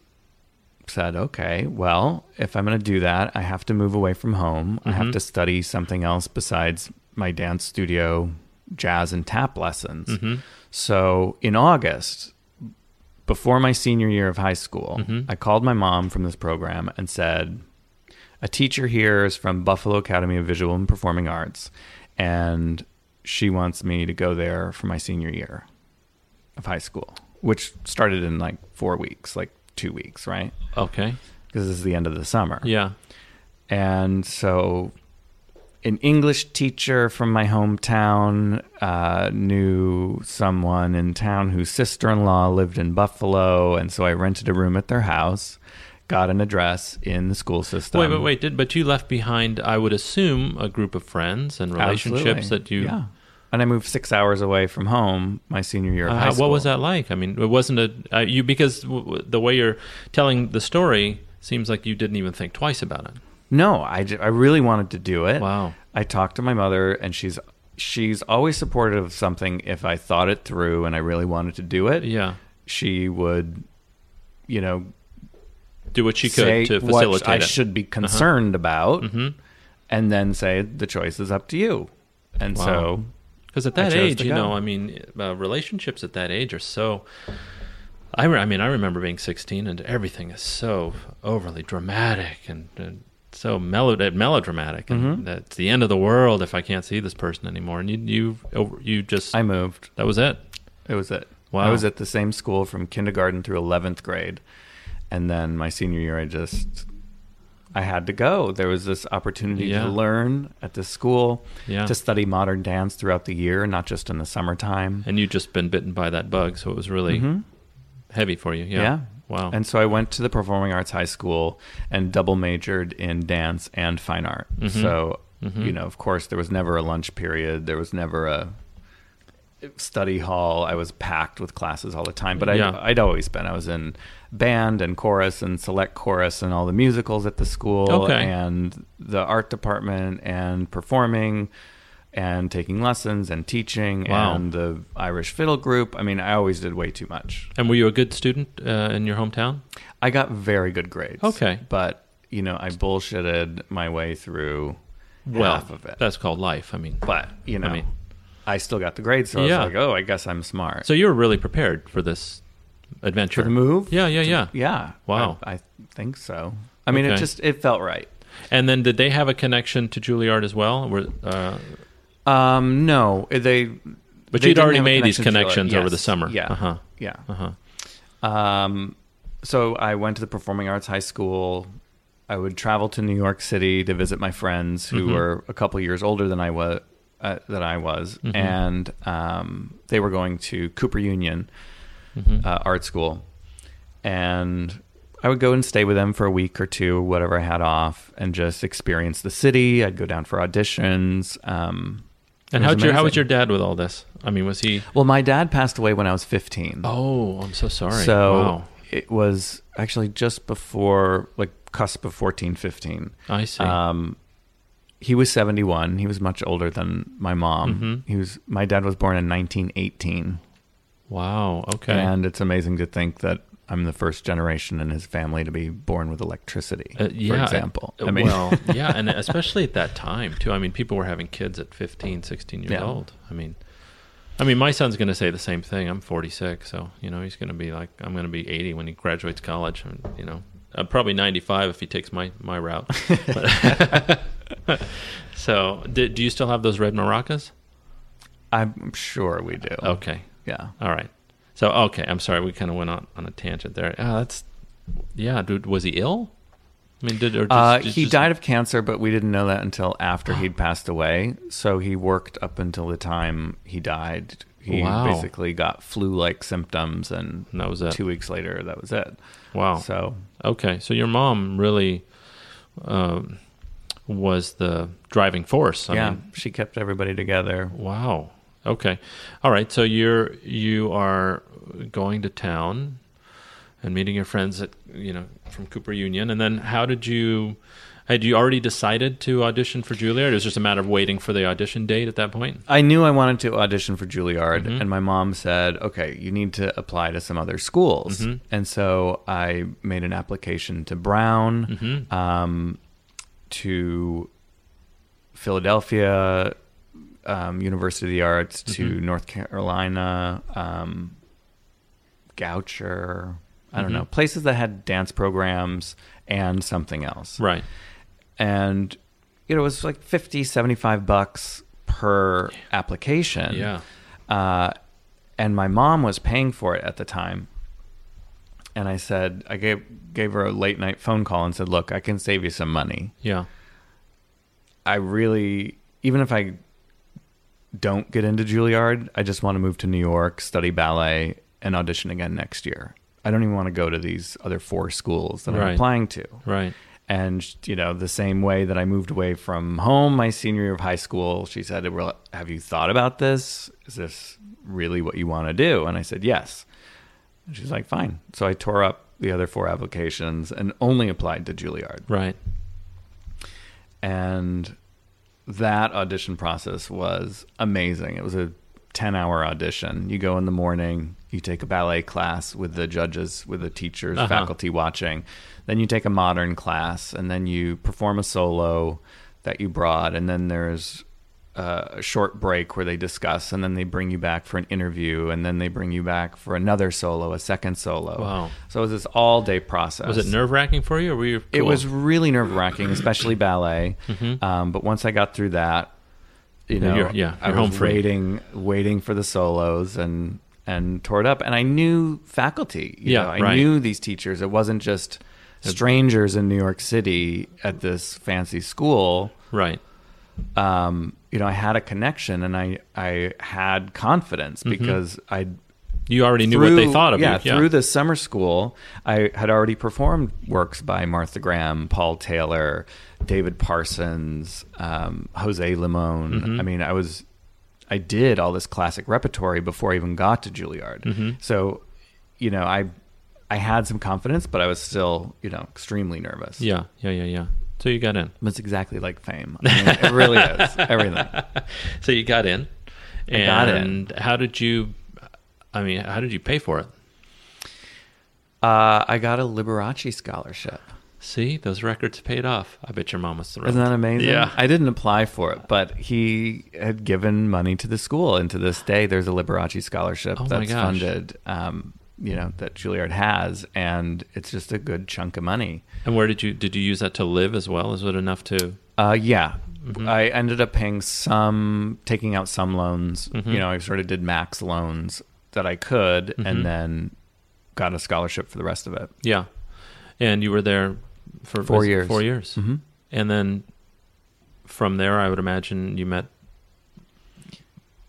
[SPEAKER 2] said, okay, well, if I'm going to do that, I have to move away from home. I have to study something else besides my dance studio, jazz, and tap lessons. So in August, before my senior year of high school, I called my mom from this program and said, A teacher here is from Buffalo Academy of Visual and Performing Arts, and she wants me to go there for my senior year of high school, which started in like four weeks, like two weeks, right?
[SPEAKER 1] Okay.
[SPEAKER 2] Because this is the end of the summer.
[SPEAKER 1] Yeah.
[SPEAKER 2] And so an English teacher from my hometown uh, knew someone in town whose sister in law lived in Buffalo. And so I rented a room at their house, got an address in the school system.
[SPEAKER 1] wait, wait, wait. Did, but you left behind, I would assume, a group of friends and relationships
[SPEAKER 2] Absolutely.
[SPEAKER 1] that you.
[SPEAKER 2] Yeah. And I moved six hours away from home my senior year of
[SPEAKER 1] Uh,
[SPEAKER 2] high
[SPEAKER 1] how-
[SPEAKER 2] school.
[SPEAKER 1] what was that like? I mean, it wasn't a uh, you because w- w- the way you're telling the story seems like you didn't even think twice about it.
[SPEAKER 2] No, I, ju- I really wanted to do it.
[SPEAKER 1] Wow.
[SPEAKER 2] I talked to my mother, and she's she's always supportive of something if I thought it through and I really wanted to do it.
[SPEAKER 1] Yeah,
[SPEAKER 2] she would, you know,
[SPEAKER 1] do what you could
[SPEAKER 2] say
[SPEAKER 1] to
[SPEAKER 2] what
[SPEAKER 1] facilitate it. Uh-huh.
[SPEAKER 2] I
[SPEAKER 1] Mm-hmm.
[SPEAKER 2] should be concerned about, and then say the choice is up to you. And
[SPEAKER 1] Wow.
[SPEAKER 2] so,
[SPEAKER 1] Because at
[SPEAKER 2] I
[SPEAKER 1] that
[SPEAKER 2] chose
[SPEAKER 1] age,
[SPEAKER 2] to
[SPEAKER 1] you
[SPEAKER 2] go.
[SPEAKER 1] know, I mean, uh, relationships at that age are so. I, re- I mean, I remember being 16, and everything is so overly dramatic and, and so melod- melodramatic, and
[SPEAKER 2] Mm-hmm.
[SPEAKER 1] that's the end of the world if I can't see this person anymore. And you, you, over- you just
[SPEAKER 2] I moved.
[SPEAKER 1] that was it.
[SPEAKER 2] It was it.
[SPEAKER 1] Wow.
[SPEAKER 2] I was at the same school from kindergarten through 11th grade. And then my senior year, I just, I had to go. There was this opportunity
[SPEAKER 1] Yeah.
[SPEAKER 2] to learn at this school,
[SPEAKER 1] Yeah.
[SPEAKER 2] to study modern dance throughout the year, not just in the summertime.
[SPEAKER 1] and you'd just been bitten by that bug, so it was really heavy for you. Yeah.
[SPEAKER 2] Mm-hmm. Yeah.
[SPEAKER 1] Wow.
[SPEAKER 2] And so I went to the Performing Arts High School and double majored in dance and fine art.
[SPEAKER 1] Mm-hmm.
[SPEAKER 2] So, you know, of course, there was never a lunch period, there was never a study hall. I was packed with classes all the time, but I,
[SPEAKER 1] Yeah.
[SPEAKER 2] I'd always been. I was in band and chorus and select chorus and all the musicals at the school
[SPEAKER 1] Okay.
[SPEAKER 2] and the art department and performing and taking lessons and teaching
[SPEAKER 1] Wow.
[SPEAKER 2] and the Irish fiddle group. I mean, I always did way too much.
[SPEAKER 1] And were you a good student uh, in your hometown?
[SPEAKER 2] I got very good grades.
[SPEAKER 1] Okay.
[SPEAKER 2] But, you know, I bullshitted my way through
[SPEAKER 1] Well,
[SPEAKER 2] half of it.
[SPEAKER 1] that's called life. I mean,
[SPEAKER 2] but, you know, I,
[SPEAKER 1] mean-
[SPEAKER 2] still got the grades. So
[SPEAKER 1] Yeah.
[SPEAKER 2] I was like, oh, I guess I'm smart.
[SPEAKER 1] so you were really prepared for this adventure.
[SPEAKER 2] the move?
[SPEAKER 1] Yeah, yeah, yeah,
[SPEAKER 2] Yeah.
[SPEAKER 1] Wow.
[SPEAKER 2] I, I think so. I mean,
[SPEAKER 1] Okay.
[SPEAKER 2] it just, it felt right.
[SPEAKER 1] And then did they have a connection to Juilliard as well? Were, uh,
[SPEAKER 2] Um, no, they.
[SPEAKER 1] but
[SPEAKER 2] they
[SPEAKER 1] you'd
[SPEAKER 2] didn't
[SPEAKER 1] already
[SPEAKER 2] have a
[SPEAKER 1] made these
[SPEAKER 2] connection to it.
[SPEAKER 1] connections over the
[SPEAKER 2] Yes.
[SPEAKER 1] summer.
[SPEAKER 2] Yeah.
[SPEAKER 1] Uh-huh.
[SPEAKER 2] Yeah.
[SPEAKER 1] Uh-huh.
[SPEAKER 2] Um, so I went to the Performing Arts High School. I would travel to New York City to visit my friends who
[SPEAKER 1] Mm-hmm.
[SPEAKER 2] were a couple years older than I was. Uh, that I was,
[SPEAKER 1] Mm-hmm.
[SPEAKER 2] and um, they were going to Cooper Union
[SPEAKER 1] Mm-hmm.
[SPEAKER 2] uh, Art School, and I would go and stay with them for a week or two, whatever I had off, and just experience the city. I'd go down for auditions. Um, it
[SPEAKER 1] And
[SPEAKER 2] was
[SPEAKER 1] how your how was
[SPEAKER 2] amazing.
[SPEAKER 1] your dad with all this? I mean, was he?
[SPEAKER 2] Well, my dad passed away when I was fifteen.
[SPEAKER 1] Oh, I'm so sorry.
[SPEAKER 2] So
[SPEAKER 1] wow.
[SPEAKER 2] it was actually just before, like cusp of fourteen, fifteen.
[SPEAKER 1] I see.
[SPEAKER 2] Um, he was 71. He was much older than my mom.
[SPEAKER 1] Mm-hmm.
[SPEAKER 2] He was, my dad was born in 1918.
[SPEAKER 1] wow. Okay.
[SPEAKER 2] And it's amazing to think that I'm the first generation in his family to be born with electricity,
[SPEAKER 1] Uh,
[SPEAKER 2] for example.
[SPEAKER 1] uh, well, yeah, and especially at that time too. I mean, people were having kids at 15, 16 years
[SPEAKER 2] Yeah.
[SPEAKER 1] old. I mean, I mean, my son's going to say the same thing. I'm 46, so you know, he's going to be like, I'm going to be 80 when he graduates college. And, you know, uh, probably 95 if he takes my my route. But- so, do, do you still have those red maracas?
[SPEAKER 2] I'm sure we do.
[SPEAKER 1] Okay,
[SPEAKER 2] Yeah.
[SPEAKER 1] all right. So, okay, I'm sorry, we kind of went on on a tangent there. Ah, that's yeah. Dude, was he ill? I mean, did or just,
[SPEAKER 2] Uh,
[SPEAKER 1] did-
[SPEAKER 2] he
[SPEAKER 1] just-
[SPEAKER 2] died of cancer, but we didn't know that until after he'd passed away. So he worked up until the time he died. He
[SPEAKER 1] Wow.
[SPEAKER 2] basically got flu-like symptoms, and
[SPEAKER 1] And that was it.
[SPEAKER 2] two weeks later, that was it.
[SPEAKER 1] Wow.
[SPEAKER 2] So
[SPEAKER 1] Okay, so your mom really um, was the driving force. I
[SPEAKER 2] yeah,
[SPEAKER 1] mean,
[SPEAKER 2] she kept everybody together.
[SPEAKER 1] wow. Okay. All right. So you're you are going to town and meeting your friends at you know from Cooper Union, and then how did you? Had you already decided to audition for Juilliard? It was just a matter of waiting for the audition date at that point.
[SPEAKER 2] I knew I wanted to audition for Juilliard, and my mom said, "Okay, you need to apply to some other schools." And so I made an application to Brown, um, to Philadelphia um, University of the Arts, to North Carolina, um, Goucher. I don't know places that had dance programs and something else
[SPEAKER 1] Right.
[SPEAKER 2] and you know, it was like 50 75 bucks per application
[SPEAKER 1] Yeah.
[SPEAKER 2] uh, and my mom was paying for it at the time and i said i gave gave her a late night phone call and said look i can save you some money
[SPEAKER 1] Yeah.
[SPEAKER 2] i really even if i don't get into juilliard i just want to move to new york study ballet and audition again next year i don't even want to go to these other four schools that
[SPEAKER 1] Right.
[SPEAKER 2] i'm applying to
[SPEAKER 1] Right.
[SPEAKER 2] and you know, the same way that I moved away from home my senior year of high school, she said, "Well, have you thought about this? Is this really what you want to do?" And I said, "Yes." And she's like, "Fine." So I tore up the other four applications and only applied to Juilliard.
[SPEAKER 1] Right.
[SPEAKER 2] And that audition process was amazing. It was a 10-hour audition. You go in the morning, you take a ballet class with the judges, with the teachers,
[SPEAKER 1] Uh-huh.
[SPEAKER 2] faculty faculty watching. Then you take a modern class, and then you perform a solo that you brought, and then there's uh, a short break where they discuss, and then they bring you back for an interview, and then they bring you back for another solo, a second solo.
[SPEAKER 1] Wow.
[SPEAKER 2] So it was this all day process.
[SPEAKER 1] Was it nerve wracking for you, or were you?
[SPEAKER 2] It
[SPEAKER 1] cool? Mm-hmm.
[SPEAKER 2] was really nerve wracking, especially ballet. Um, but once I got through that, you know,
[SPEAKER 1] You're- yeah,
[SPEAKER 2] I
[SPEAKER 1] you're
[SPEAKER 2] was
[SPEAKER 1] home free.
[SPEAKER 2] waiting, waiting for the solos, and and tore it up. And I knew faculty. you
[SPEAKER 1] Yeah,
[SPEAKER 2] know, I
[SPEAKER 1] right.
[SPEAKER 2] knew these teachers. It wasn't just strangers in New York City at this fancy school.
[SPEAKER 1] Right.
[SPEAKER 2] Um, you know, I had a connection and I I had confidence
[SPEAKER 1] Mm-hmm.
[SPEAKER 2] because I
[SPEAKER 1] You already knew what they thought of
[SPEAKER 2] yeah,
[SPEAKER 1] you. Yeah.
[SPEAKER 2] through the summer school, I had already performed works by Martha Graham, Paul Taylor, David Parsons, um, Jose Limon.
[SPEAKER 1] Mm-hmm.
[SPEAKER 2] I mean, I was, I did all this classic repertory before I even got to Juilliard.
[SPEAKER 1] Mm-hmm.
[SPEAKER 2] So, you know, I, I had some confidence, but I was still, you know, extremely nervous.
[SPEAKER 1] yeah. Yeah. Yeah. Yeah. So you got in.
[SPEAKER 2] But It's exactly like fame. I mean, it really is everything.
[SPEAKER 1] So you got in. And
[SPEAKER 2] got
[SPEAKER 1] how did you? I mean, how did you pay for it?
[SPEAKER 2] Uh, I got a Liberace scholarship.
[SPEAKER 1] See, those records paid off. I bet your mom was thrilled.
[SPEAKER 2] Isn't that amazing?
[SPEAKER 1] Yeah.
[SPEAKER 2] I didn't apply for it, but he had given money to the school, and to this day, there's a Liberace scholarship
[SPEAKER 1] Oh my
[SPEAKER 2] that's
[SPEAKER 1] gosh.
[SPEAKER 2] funded. Um, you know that Juilliard has, and it's just a good chunk of money.
[SPEAKER 1] and where did you did you use that to live as well? Is it enough to?
[SPEAKER 2] Uh, yeah,
[SPEAKER 1] Mm-hmm.
[SPEAKER 2] I ended up paying some, taking out some loans.
[SPEAKER 1] Mm-hmm.
[SPEAKER 2] You know, I sort of did max loans that I could,
[SPEAKER 1] Mm-hmm.
[SPEAKER 2] and then got a scholarship for the rest of it.
[SPEAKER 1] Yeah. And you were there for
[SPEAKER 2] Four
[SPEAKER 1] was it
[SPEAKER 2] years.
[SPEAKER 1] Four years.
[SPEAKER 2] Mhm.
[SPEAKER 1] And then from there, I would imagine you met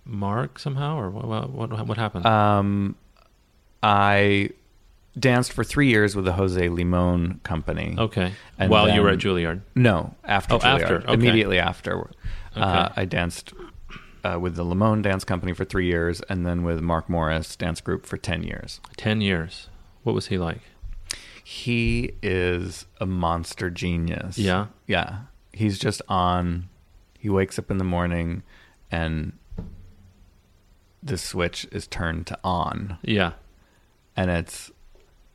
[SPEAKER 1] Mark somehow, or what? What, what, what happened?
[SPEAKER 2] Um, I danced for three years with the Jose Limon company.
[SPEAKER 1] okay.
[SPEAKER 2] and
[SPEAKER 1] While you were
[SPEAKER 2] then-
[SPEAKER 1] at Juilliard.
[SPEAKER 2] No, after
[SPEAKER 1] Oh,
[SPEAKER 2] Juilliard.
[SPEAKER 1] after, okay.
[SPEAKER 2] Immediately after. Uh,
[SPEAKER 1] Okay.
[SPEAKER 2] I danced uh, with the Lamone Dance Company for three years and then with Mark Morris Dance Group for 10 years.
[SPEAKER 1] Ten years. What was he like?
[SPEAKER 2] He is a monster genius.
[SPEAKER 1] Yeah?
[SPEAKER 2] Yeah. He's just on. He wakes up in the morning and the switch is turned to on.
[SPEAKER 1] Yeah.
[SPEAKER 2] And it's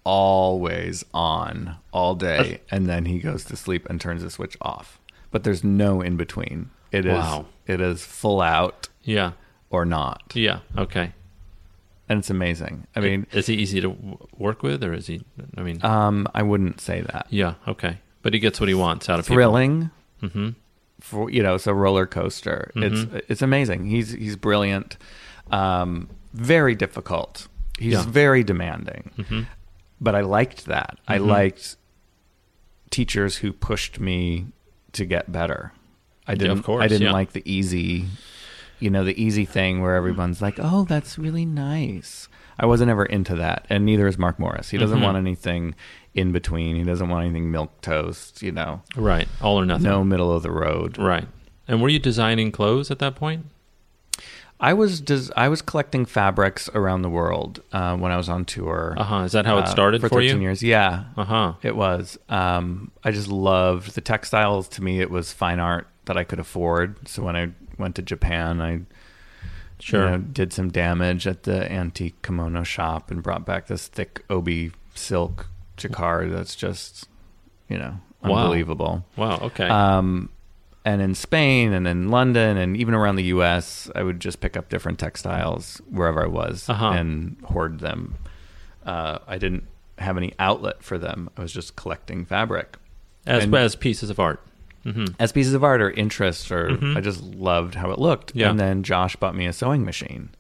[SPEAKER 2] always on all day. And then he goes to sleep and turns the switch off. But there's no in between. It is
[SPEAKER 1] Wow.
[SPEAKER 2] it is full out
[SPEAKER 1] Yeah.
[SPEAKER 2] or not.
[SPEAKER 1] Yeah. Okay.
[SPEAKER 2] And it's amazing. I mean,
[SPEAKER 1] is he easy to w- work with, or is he? I mean,
[SPEAKER 2] um, I wouldn't say that.
[SPEAKER 1] yeah. Okay. But he gets what he wants out of people. Mm-hmm.
[SPEAKER 2] Thrilling. For you know, it's a roller coaster. It's it's amazing. He's he's brilliant. Um, very difficult. He's
[SPEAKER 1] Yeah. Mm-hmm.
[SPEAKER 2] very demanding. But I liked that. I liked teachers who pushed me to get better. I didn't.
[SPEAKER 1] of course,
[SPEAKER 2] I didn't
[SPEAKER 1] yeah.
[SPEAKER 2] like the easy, you know, the easy thing where everyone's like, "Oh, that's really nice." I wasn't ever into that, and neither is Mark Morris. He doesn't
[SPEAKER 1] Mm-hmm.
[SPEAKER 2] want anything in between. He doesn't want anything milk toast. You know,
[SPEAKER 1] Right. All or nothing.
[SPEAKER 2] no middle of the road.
[SPEAKER 1] Right. And were you designing clothes at that point?
[SPEAKER 2] I was des- I was collecting fabrics around the world uh, when I was on tour.
[SPEAKER 1] Uh huh. Is that how it
[SPEAKER 2] uh,
[SPEAKER 1] started
[SPEAKER 2] for
[SPEAKER 1] for, you?
[SPEAKER 2] years? Yeah,
[SPEAKER 1] Uh huh.
[SPEAKER 2] It was. Um, I just loved the textiles. To me, it was fine art that I could afford. So when I went to Japan, I
[SPEAKER 1] Sure.
[SPEAKER 2] you know, did some damage at the antique kimono shop and brought back this thick obi silk jacquard that's just, you know,
[SPEAKER 1] Wow.
[SPEAKER 2] unbelievable.
[SPEAKER 1] Wow. Okay.
[SPEAKER 2] Um, and in Spain and in London and even around the U.S., I would just pick up different textiles wherever I was
[SPEAKER 1] Uh-huh.
[SPEAKER 2] and hoard them. Uh, I didn't have any outlet for them. I was just collecting fabric
[SPEAKER 1] as
[SPEAKER 2] and-
[SPEAKER 1] as pieces of art.
[SPEAKER 2] as pieces of art or interests, or I just loved how it looked.
[SPEAKER 1] Mm-hmm. Yeah.
[SPEAKER 2] And then Josh bought me a sewing machine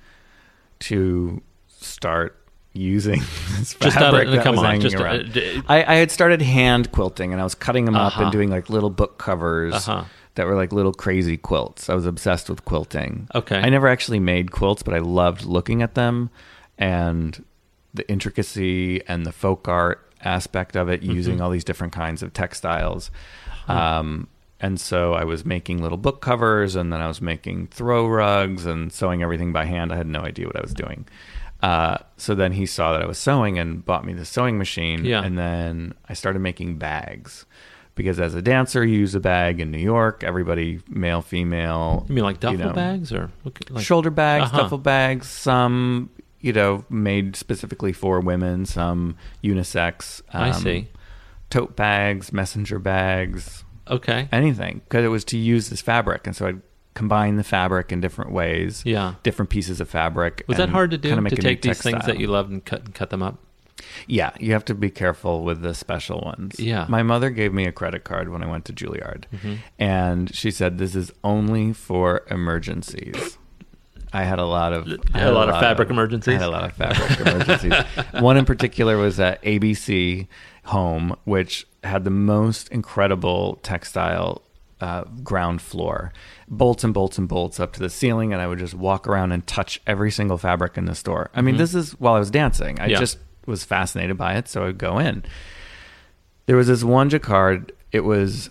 [SPEAKER 2] to start using this
[SPEAKER 1] Just out of-
[SPEAKER 2] fabric that
[SPEAKER 1] come
[SPEAKER 2] was
[SPEAKER 1] on,
[SPEAKER 2] hanging
[SPEAKER 1] just, uh,
[SPEAKER 2] around.
[SPEAKER 1] d-
[SPEAKER 2] I, I had started hand quilting, and I was cutting them up
[SPEAKER 1] Uh-huh.
[SPEAKER 2] and doing like little book covers
[SPEAKER 1] Uh-huh.
[SPEAKER 2] that were like little crazy quilts. I was obsessed with quilting.
[SPEAKER 1] Okay.
[SPEAKER 2] I never actually made quilts, but I loved looking at them and the intricacy and the folk art aspect of it,
[SPEAKER 1] Mm-hmm.
[SPEAKER 2] using all these different kinds of textiles. Um, and so I was making little book covers, and then I was making throw rugs and sewing everything by hand. I had no idea what I was doing. Uh, so then he saw that I was sewing and bought me the sewing machine.
[SPEAKER 1] Yeah.
[SPEAKER 2] And then I started making bags because as a dancer, you use a bag in New York. Everybody, male, female.
[SPEAKER 1] You mean like duffel
[SPEAKER 2] know,
[SPEAKER 1] bags or look- like
[SPEAKER 2] shoulder bags,
[SPEAKER 1] Uh-huh.
[SPEAKER 2] duffel bags, some you know made specifically for women, some unisex. um,
[SPEAKER 1] I see.
[SPEAKER 2] Tote bags, messenger bags,
[SPEAKER 1] Okay.
[SPEAKER 2] anything because it was to use this fabric, and so I'd combine the fabric in different ways.
[SPEAKER 1] Yeah.
[SPEAKER 2] Different pieces of fabric.
[SPEAKER 1] Was that
[SPEAKER 2] and
[SPEAKER 1] hard to do
[SPEAKER 2] kinda
[SPEAKER 1] to
[SPEAKER 2] make a new
[SPEAKER 1] take these things
[SPEAKER 2] textile.
[SPEAKER 1] that you loved and cut and cut them up?
[SPEAKER 2] Yeah, you have to be careful with the special ones.
[SPEAKER 1] Yeah. Mm-hmm.
[SPEAKER 2] My mother gave me a credit card when I went to Juilliard, and she said, This is only for emergencies. I had a lot of I
[SPEAKER 1] had a lot of fabric emergencies?
[SPEAKER 2] I had a lot of fabric emergencies. One in particular was at ABC Home, which had the most incredible textile uh, ground floor, bolts and bolts and bolts up to the ceiling, and I would just walk around and touch every single fabric in the store. I mean, this is while I was dancing. I
[SPEAKER 1] Mm-hmm. Yeah.
[SPEAKER 2] just was fascinated by it, so I'd go in. There was this one jacquard. It was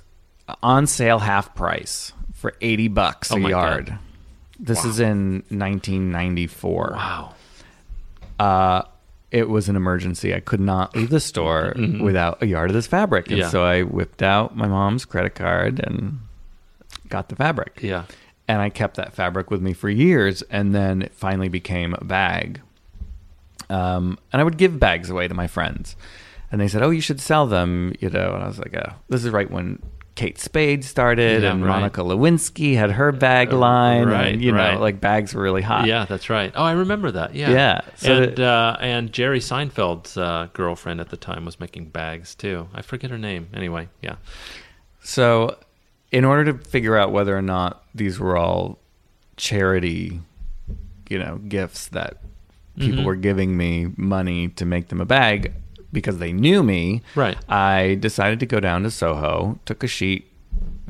[SPEAKER 2] on sale half price for eighty bucks
[SPEAKER 1] Oh
[SPEAKER 2] a
[SPEAKER 1] my God.
[SPEAKER 2] yard. This is in 1994.
[SPEAKER 1] Wow.
[SPEAKER 2] Uh, it was an emergency. I could not leave the store without a yard of this fabric, and
[SPEAKER 1] Mm-hmm. Yeah.
[SPEAKER 2] so I whipped out my mom's credit card and got the fabric.
[SPEAKER 1] Yeah.
[SPEAKER 2] And I kept that fabric with me for years, and then it finally became a bag. Um, and I would give bags away to my friends, and they said, "Oh, you should sell them," you know. And I was like, "Oh, this is right when." Kate Spade started,
[SPEAKER 1] Yeah,
[SPEAKER 2] and
[SPEAKER 1] right. Uh,
[SPEAKER 2] Monica Lewinsky had her bag line,
[SPEAKER 1] right,
[SPEAKER 2] and you know,
[SPEAKER 1] right.
[SPEAKER 2] like bags were really hot.
[SPEAKER 1] Yeah, that's right. Oh, I remember that. Yeah.
[SPEAKER 2] Yeah, so
[SPEAKER 1] and uh, and Jerry Seinfeld's uh, girlfriend at the time was making bags too. I forget her name. Anyway, yeah.
[SPEAKER 2] So, in order to figure out whether or not these were all charity, you know, gifts that people were giving me money to make them a bag because they knew me,
[SPEAKER 1] Right.
[SPEAKER 2] I decided to go down to Soho, took a sheet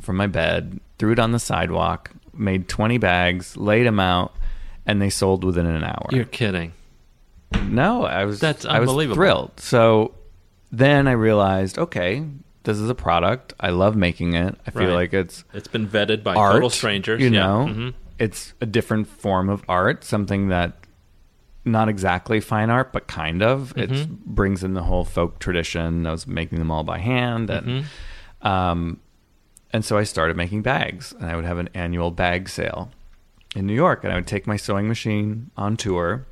[SPEAKER 2] from my bed, threw it on the sidewalk, made 20 bags, laid them out, and they sold within an hour.
[SPEAKER 1] You're kidding.
[SPEAKER 2] No, I was
[SPEAKER 1] That's
[SPEAKER 2] I was
[SPEAKER 1] unbelievable.
[SPEAKER 2] thrilled. So then I realized, okay, this is a product. I love making it. I feel
[SPEAKER 1] Right.
[SPEAKER 2] like it's
[SPEAKER 1] It's been vetted by
[SPEAKER 2] art.
[SPEAKER 1] total strangers.
[SPEAKER 2] You
[SPEAKER 1] yeah.
[SPEAKER 2] know,
[SPEAKER 1] Mhm.
[SPEAKER 2] it's a different form of art, something that not exactly fine art, but kind of.
[SPEAKER 1] Mm-hmm.
[SPEAKER 2] It brings in the whole folk tradition. I was making them all by hand, and
[SPEAKER 1] Mm-hmm.
[SPEAKER 2] um, and so I started making bags, and I would have an annual bag sale in New York, and I would take my sewing machine on tour.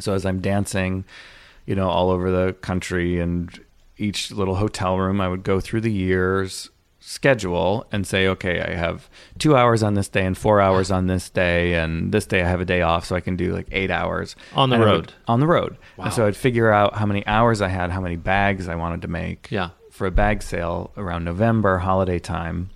[SPEAKER 2] So as I'm dancing, you know, all over the country and each little hotel room, I would go through the year's schedule and say, okay, I have two hours on this day and four hours on this day. And this day I have a day off, so I can do like eight hours
[SPEAKER 1] On the
[SPEAKER 2] And I would-
[SPEAKER 1] road.
[SPEAKER 2] on the road.
[SPEAKER 1] Wow.
[SPEAKER 2] And so I'd figure out how many hours I had, how many bags I wanted to make
[SPEAKER 1] Yeah.
[SPEAKER 2] for a bag sale around November holiday time.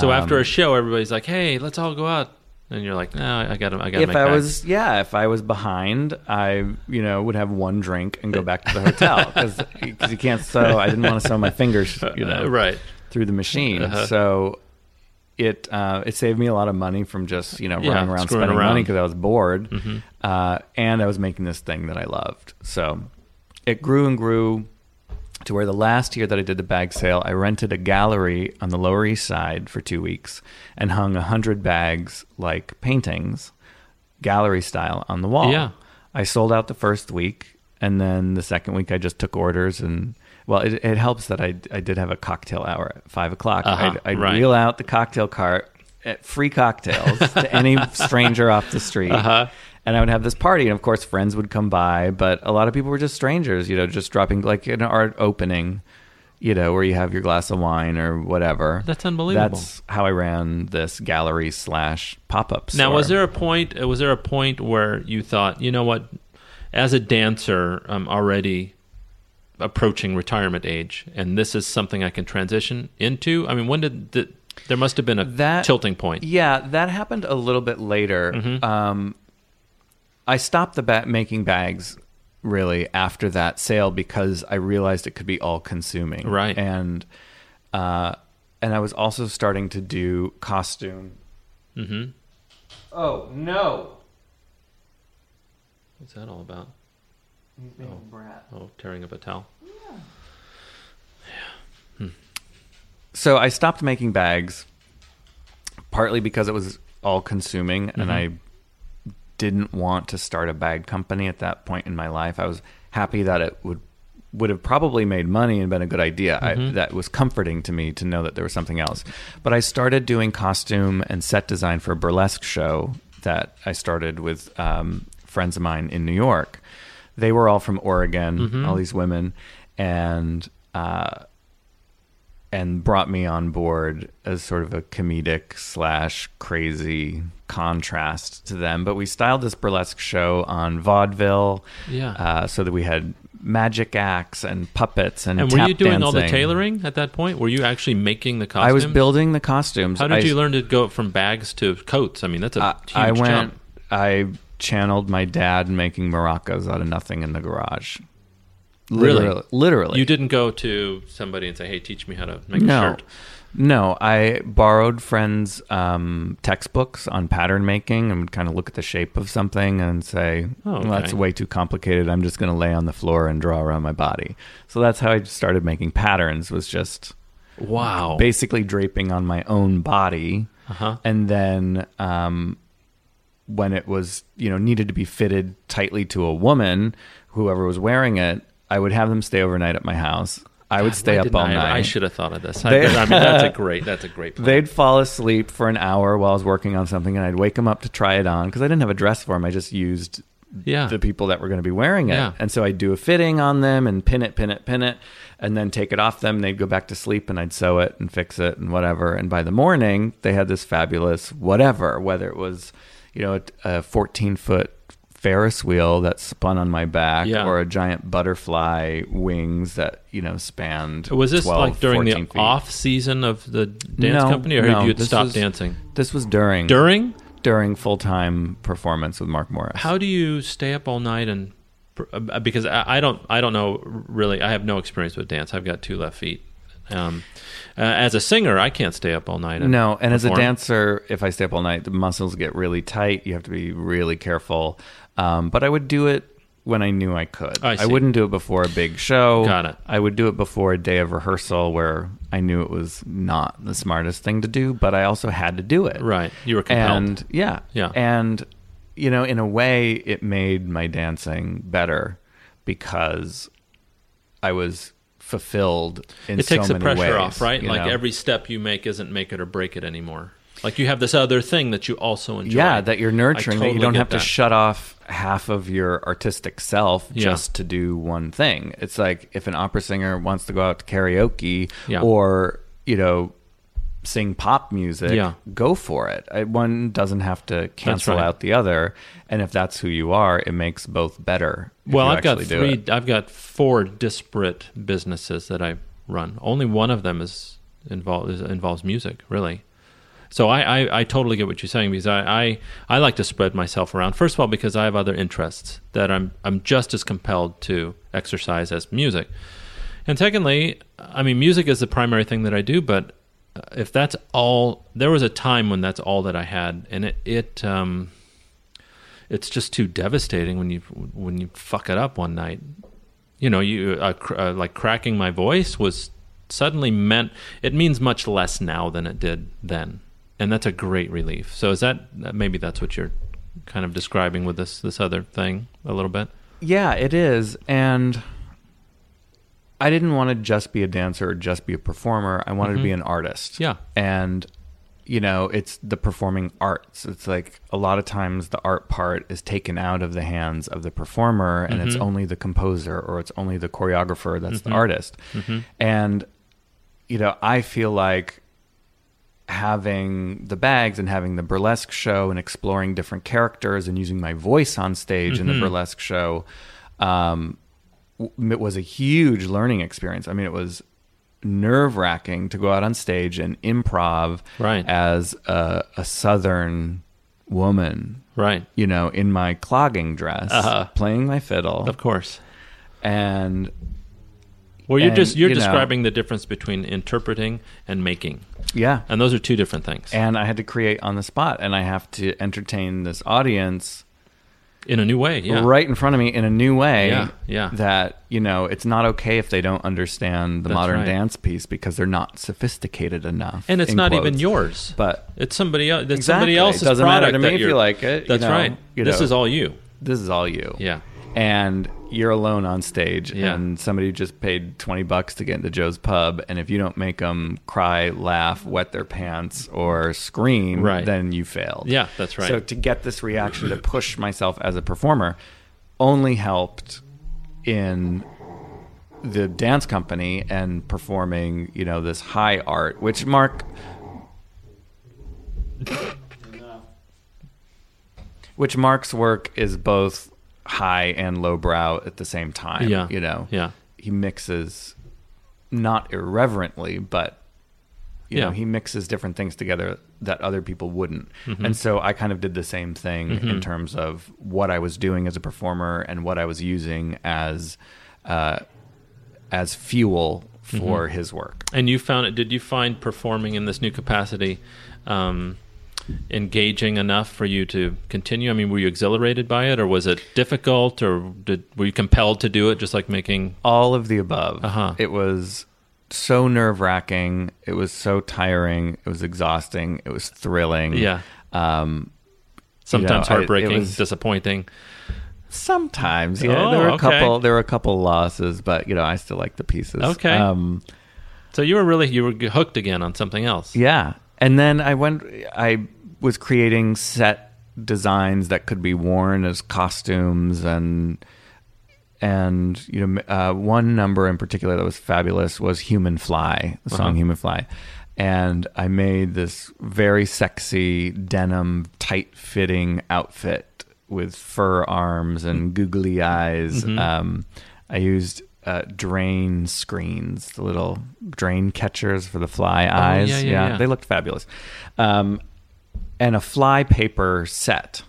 [SPEAKER 1] So after
[SPEAKER 2] Um,
[SPEAKER 1] a show, everybody's like, "Hey, let's all go out," and you're like, "No, I got to, I got to
[SPEAKER 2] if
[SPEAKER 1] make
[SPEAKER 2] I
[SPEAKER 1] bags."
[SPEAKER 2] was yeah, if I was behind, I you know would have one drink and go back to the hotel because you can't sew. I didn't want to sew my fingers, you know,
[SPEAKER 1] Uh, right?
[SPEAKER 2] through the machine.
[SPEAKER 1] Uh-huh.
[SPEAKER 2] So it uh, it saved me a lot of money from just you know
[SPEAKER 1] Yeah,
[SPEAKER 2] running around
[SPEAKER 1] screwing
[SPEAKER 2] spending money
[SPEAKER 1] around. Mm-hmm.
[SPEAKER 2] because I was bored, uh, and I was making this thing that I loved. So it grew and grew to where the last year that I did the bag sale, I rented a gallery on the Lower East Side for two weeks and hung a hundred bags like paintings, gallery style, on the wall.
[SPEAKER 1] Yeah.
[SPEAKER 2] I sold out the first week, and then the second week I just took orders and. Well, it, it helps that I, I did have a cocktail hour at five o'clock.
[SPEAKER 1] Uh-huh,
[SPEAKER 2] I'd, I'd
[SPEAKER 1] right.
[SPEAKER 2] reel out the cocktail cart, at free cocktails to any stranger off the street.
[SPEAKER 1] Uh-huh.
[SPEAKER 2] And I would have this party, and of course, friends would come by, but a lot of people were just strangers, you know, just dropping like an art opening, you know, where you have your glass of wine or whatever.
[SPEAKER 1] That's unbelievable.
[SPEAKER 2] That's how I ran this gallery slash pop up.
[SPEAKER 1] Now, was there a point? uh, Was there a point where you thought, you know what, as a dancer, I'm already approaching retirement age, and this is something I can transition into? I mean, when did the, there must have been a
[SPEAKER 2] That-
[SPEAKER 1] tilting point? Mm-hmm.
[SPEAKER 2] Yeah, that happened a little bit later. Um, I stopped the ba- making bags really after that sale because I realized it could be all consuming.
[SPEAKER 1] Right.
[SPEAKER 2] And uh, and I was also starting to do costume. Mm-hmm. Oh no!
[SPEAKER 1] What's that all about?
[SPEAKER 2] He's being a brat.
[SPEAKER 1] Oh, tearing up a towel.
[SPEAKER 2] so I stopped making bags partly because it was all consuming and I didn't want to start a bag company at that point in my life. I was happy that it would would have probably made money and been a good idea. I, that was comforting to me to know that there was something else. But I started doing costume and set design for a burlesque show that I started with um, friends of mine in New York. They were all from Oregon, all these women, and uh, and brought me on board as sort of a comedic slash crazy contrast to them. But we styled this burlesque show on vaudeville,
[SPEAKER 1] Yeah.
[SPEAKER 2] uh, so that we had magic acts and puppets and,
[SPEAKER 1] and were you
[SPEAKER 2] tap
[SPEAKER 1] doing all the
[SPEAKER 2] dancing.
[SPEAKER 1] tailoring at that point? Were you actually making the costumes?
[SPEAKER 2] I was building the costumes.
[SPEAKER 1] How did
[SPEAKER 2] I,
[SPEAKER 1] you learn to go from bags to coats? I mean, that's a
[SPEAKER 2] I,
[SPEAKER 1] huge
[SPEAKER 2] I went
[SPEAKER 1] jump.
[SPEAKER 2] I channeled my dad making maracas out of nothing in the garage.
[SPEAKER 1] Really?
[SPEAKER 2] Literally. literally.
[SPEAKER 1] you didn't go to somebody and say, "Hey, teach me how to make
[SPEAKER 2] no.
[SPEAKER 1] a shirt."
[SPEAKER 2] No, I borrowed friends' um, textbooks on pattern making and would kind of look at the shape of something and say,
[SPEAKER 1] Oh, okay.
[SPEAKER 2] well, that's way too complicated. I'm just going to lay on the floor and draw around my body. So that's how I started making patterns, was just
[SPEAKER 1] Wow.
[SPEAKER 2] basically draping on my own body
[SPEAKER 1] Uh-huh.
[SPEAKER 2] and then um, when it was you know needed to be fitted tightly to a woman whoever was wearing it i would have them stay overnight at my house i would stay
[SPEAKER 1] Why
[SPEAKER 2] up
[SPEAKER 1] didn't
[SPEAKER 2] all
[SPEAKER 1] I-
[SPEAKER 2] night
[SPEAKER 1] I should have thought of this. I,
[SPEAKER 2] They-
[SPEAKER 1] I mean, that's a great. That's a great. Plan.
[SPEAKER 2] They'd fall asleep for an hour while I was working on something, and I'd wake them up to try it on because I didn't have a dress for them. I just used
[SPEAKER 1] yeah.
[SPEAKER 2] the people that were going to be wearing it.
[SPEAKER 1] Yeah.
[SPEAKER 2] And so I'd do a fitting on them and pin it, pin it, pin it, and then take it off them. They'd go back to sleep and I'd sew it and fix it and whatever. And by the morning, they had this fabulous whatever, whether it was, you know, a 14 foot Ferris wheel that spun on my back
[SPEAKER 1] Yeah.
[SPEAKER 2] or a giant butterfly wings that, you know, spanned.
[SPEAKER 1] was this
[SPEAKER 2] 12,
[SPEAKER 1] like during the
[SPEAKER 2] 14 feet.
[SPEAKER 1] off season of the dance
[SPEAKER 2] No,
[SPEAKER 1] company, or
[SPEAKER 2] no,
[SPEAKER 1] had you had
[SPEAKER 2] this
[SPEAKER 1] stopped
[SPEAKER 2] was-
[SPEAKER 1] dancing
[SPEAKER 2] This was during
[SPEAKER 1] during?
[SPEAKER 2] during full time performance with Mark Morris.
[SPEAKER 1] How do you stay up all night and? uh, Because I, I don't, I don't know really. I have no experience with dance. I've got two left feet. Um, uh, as a singer, I can't stay up all night. And
[SPEAKER 2] No, and as a
[SPEAKER 1] perform.
[SPEAKER 2] dancer, if I stay up all night, the muscles get really tight. You have to be really careful. Um, but I would do it when I knew I could.
[SPEAKER 1] I see.
[SPEAKER 2] wouldn't do it before a big show.
[SPEAKER 1] Got it.
[SPEAKER 2] I would do it before a day of rehearsal where I knew it was not the smartest thing to do, but I also had to do it.
[SPEAKER 1] right? You were compelled.
[SPEAKER 2] And yeah.
[SPEAKER 1] Yeah.
[SPEAKER 2] And you know, in a way it made my dancing better because I was fulfilled in
[SPEAKER 1] it takes
[SPEAKER 2] so
[SPEAKER 1] the
[SPEAKER 2] many
[SPEAKER 1] pressure
[SPEAKER 2] ways,
[SPEAKER 1] off, right?
[SPEAKER 2] you
[SPEAKER 1] Like
[SPEAKER 2] know?
[SPEAKER 1] every step you make isn't make it or break it anymore. Like you have this other thing that you also enjoy.
[SPEAKER 2] Yeah, that you're nurturing,
[SPEAKER 1] I
[SPEAKER 2] that you
[SPEAKER 1] totally
[SPEAKER 2] don't
[SPEAKER 1] get
[SPEAKER 2] have to
[SPEAKER 1] that.
[SPEAKER 2] shut off half of your artistic self
[SPEAKER 1] Yeah.
[SPEAKER 2] just to do one thing. It's like if an opera singer wants to go out to karaoke
[SPEAKER 1] Yeah.
[SPEAKER 2] or, you know, sing pop music,
[SPEAKER 1] Yeah.
[SPEAKER 2] go for it. I- One doesn't have to cancel
[SPEAKER 1] right.
[SPEAKER 2] out the other. And if that's who you are, it makes both better. if
[SPEAKER 1] Well,
[SPEAKER 2] you
[SPEAKER 1] I've got
[SPEAKER 2] actually do
[SPEAKER 1] three.
[SPEAKER 2] it.
[SPEAKER 1] I've got four disparate businesses that I run. Only one of them is involved is, involves music, really. So I, I, I totally get what you're saying because I, I, I like to spread myself around. First of all, because I have other interests that I'm I'm just as compelled to exercise as music. And secondly, I mean, music is the primary thing that I do, but uh, if that's all, there was a time when that's all that I had, and it, it um, it's just too devastating when you when you fuck it up one night. You know, you uh, cr- uh, like cracking my voice was suddenly meant. It means much less now than it did then, and that's a great relief. So is that that- maybe that's what you're kind of describing with this this other thing a little bit?
[SPEAKER 2] Yeah, it is. And I didn't want to just be a dancer or just be a performer. I wanted to be an artist.
[SPEAKER 1] Mm-hmm. Yeah.
[SPEAKER 2] And you know, it's the performing arts. It's like a lot of times the art part is taken out of the hands of the performer and it's only the composer or it's only the choreographer that's the artist. And you know, I feel like having the bags and having the burlesque show and exploring different characters and using my voice on stage in
[SPEAKER 1] Mm-hmm.
[SPEAKER 2] the burlesque show um, w- it was a huge learning experience. I mean, it was nerve wracking to go out on stage and improv
[SPEAKER 1] Right.
[SPEAKER 2] as a, a Southern woman,
[SPEAKER 1] Right.
[SPEAKER 2] you know, in my clogging dress,
[SPEAKER 1] Uh-huh.
[SPEAKER 2] playing my fiddle.
[SPEAKER 1] Of course.
[SPEAKER 2] And
[SPEAKER 1] Well, you're
[SPEAKER 2] And,
[SPEAKER 1] just you're
[SPEAKER 2] you know-
[SPEAKER 1] describing the difference between interpreting and making,
[SPEAKER 2] yeah,
[SPEAKER 1] and those are two different things
[SPEAKER 2] and I had to create on the spot and I have to entertain this audience
[SPEAKER 1] in a new way. Yeah.
[SPEAKER 2] right in front of me in a new way
[SPEAKER 1] Yeah, yeah.
[SPEAKER 2] that you know it's not okay if they don't understand the
[SPEAKER 1] That's
[SPEAKER 2] modern
[SPEAKER 1] right.
[SPEAKER 2] dance piece because they're not sophisticated enough
[SPEAKER 1] And it's
[SPEAKER 2] in
[SPEAKER 1] not
[SPEAKER 2] quotes.
[SPEAKER 1] even yours.
[SPEAKER 2] but
[SPEAKER 1] It's somebody else. It's
[SPEAKER 2] Exactly.
[SPEAKER 1] somebody
[SPEAKER 2] It
[SPEAKER 1] else's
[SPEAKER 2] doesn't matter
[SPEAKER 1] product.
[SPEAKER 2] to
[SPEAKER 1] that
[SPEAKER 2] me if you
[SPEAKER 1] you're-
[SPEAKER 2] like it, you
[SPEAKER 1] That's
[SPEAKER 2] know,
[SPEAKER 1] right.
[SPEAKER 2] you
[SPEAKER 1] this
[SPEAKER 2] know.
[SPEAKER 1] is all you.
[SPEAKER 2] this is all you
[SPEAKER 1] Yeah.
[SPEAKER 2] and you're alone on stage
[SPEAKER 1] Yeah.
[SPEAKER 2] and somebody just paid 20 bucks to get into joe's pub and if you don't make them cry laugh wet their pants or scream
[SPEAKER 1] Right.
[SPEAKER 2] then you failed
[SPEAKER 1] Yeah, that's right.
[SPEAKER 2] so to get this reaction to push myself as a performer only helped in the dance company and performing you know this high art which mark which mark's work is both high and lowbrow at the same time
[SPEAKER 1] Yeah.
[SPEAKER 2] you know
[SPEAKER 1] Yeah.
[SPEAKER 2] he mixes not irreverently but You know,
[SPEAKER 1] Yeah.
[SPEAKER 2] he mixes different things together that other people wouldn't.
[SPEAKER 1] Mm-hmm.
[SPEAKER 2] And so I kind of did the same thing in terms of what I was doing as a performer and what I was using as uh, as fuel
[SPEAKER 1] Mm-hmm.
[SPEAKER 2] for his work.
[SPEAKER 1] And you found it? Did you find performing in this new capacity um, engaging enough for you to continue? I mean, were you exhilarated by it, or was it difficult, or did were you compelled to do it? Just like making
[SPEAKER 2] all of the above.
[SPEAKER 1] Uh-huh.
[SPEAKER 2] It was so nerve wracking. It was so tiring. It was exhausting. It was thrilling.
[SPEAKER 1] yeah,
[SPEAKER 2] Mm-hmm. Um,
[SPEAKER 1] sometimes
[SPEAKER 2] I- it
[SPEAKER 1] heartbreaking,
[SPEAKER 2] was-
[SPEAKER 1] disappointing.
[SPEAKER 2] sometimes, yeah.
[SPEAKER 1] Oh,
[SPEAKER 2] there were a
[SPEAKER 1] okay.
[SPEAKER 2] couple. There were a couple losses, but you know, I still like the pieces.
[SPEAKER 1] Okay.
[SPEAKER 2] Um,
[SPEAKER 1] So you were really you were hooked again on something else.
[SPEAKER 2] yeah. And then I went. I was creating set designs that could be worn as costumes and and you know uh, one number in particular that was fabulous was Human Fly, the
[SPEAKER 1] Uh-huh.
[SPEAKER 2] song Human Fly, and I made this very sexy denim tight fitting outfit with fur arms
[SPEAKER 1] Mm-hmm.
[SPEAKER 2] and googly eyes. Um, I used uh, drain screens, the little drain catchers for the fly eyes.
[SPEAKER 1] Oh, yeah, yeah, yeah.
[SPEAKER 2] they looked fabulous, um, and a fly paper set.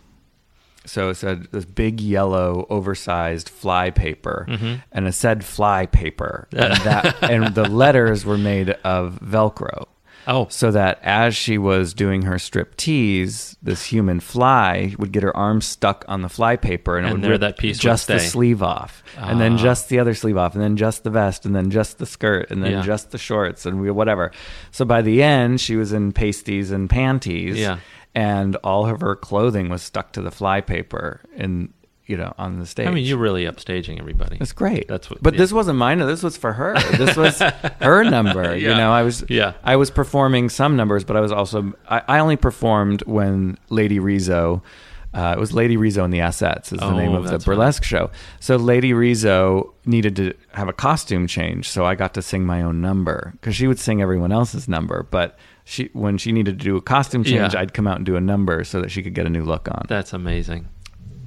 [SPEAKER 2] So it said this big yellow oversized fly paper, and it said fly paper, and, that, and the letters were made of Velcro,
[SPEAKER 1] Oh,
[SPEAKER 2] so that as she was doing her strip tease, this human fly would get her arm stuck on the fly paper, and, it
[SPEAKER 1] And
[SPEAKER 2] would
[SPEAKER 1] there
[SPEAKER 2] rip
[SPEAKER 1] that piece would
[SPEAKER 2] just the
[SPEAKER 1] stay. Ah.
[SPEAKER 2] sleeve off, and then just the other sleeve off, and then just the vest, and then just the skirt, and then
[SPEAKER 1] Yeah.
[SPEAKER 2] just the shorts, and we, whatever. So by the end, she was in pasties and panties
[SPEAKER 1] Yeah.
[SPEAKER 2] and all of her clothing was stuck to the fly paper and you know on the stage
[SPEAKER 1] I mean, you're really upstaging everybody.
[SPEAKER 2] that's great
[SPEAKER 1] That's what-
[SPEAKER 2] but
[SPEAKER 1] yeah.
[SPEAKER 2] this wasn't mine this was for her this was her number you
[SPEAKER 1] Yeah.
[SPEAKER 2] know i was
[SPEAKER 1] Yeah.
[SPEAKER 2] i was performing some numbers but i was also i, I only performed when lady rizzo uh, it was Lady Rizzo and the Assets is the
[SPEAKER 1] Oh,
[SPEAKER 2] name of the
[SPEAKER 1] that's right.
[SPEAKER 2] burlesque show. So Lady Rizzo needed to have a costume change, so I got to sing my own number because she would sing everyone else's number, but she when she needed to do a costume change,
[SPEAKER 1] Yeah.
[SPEAKER 2] I'd come out and do a number so that she could get a new look on
[SPEAKER 1] That's amazing.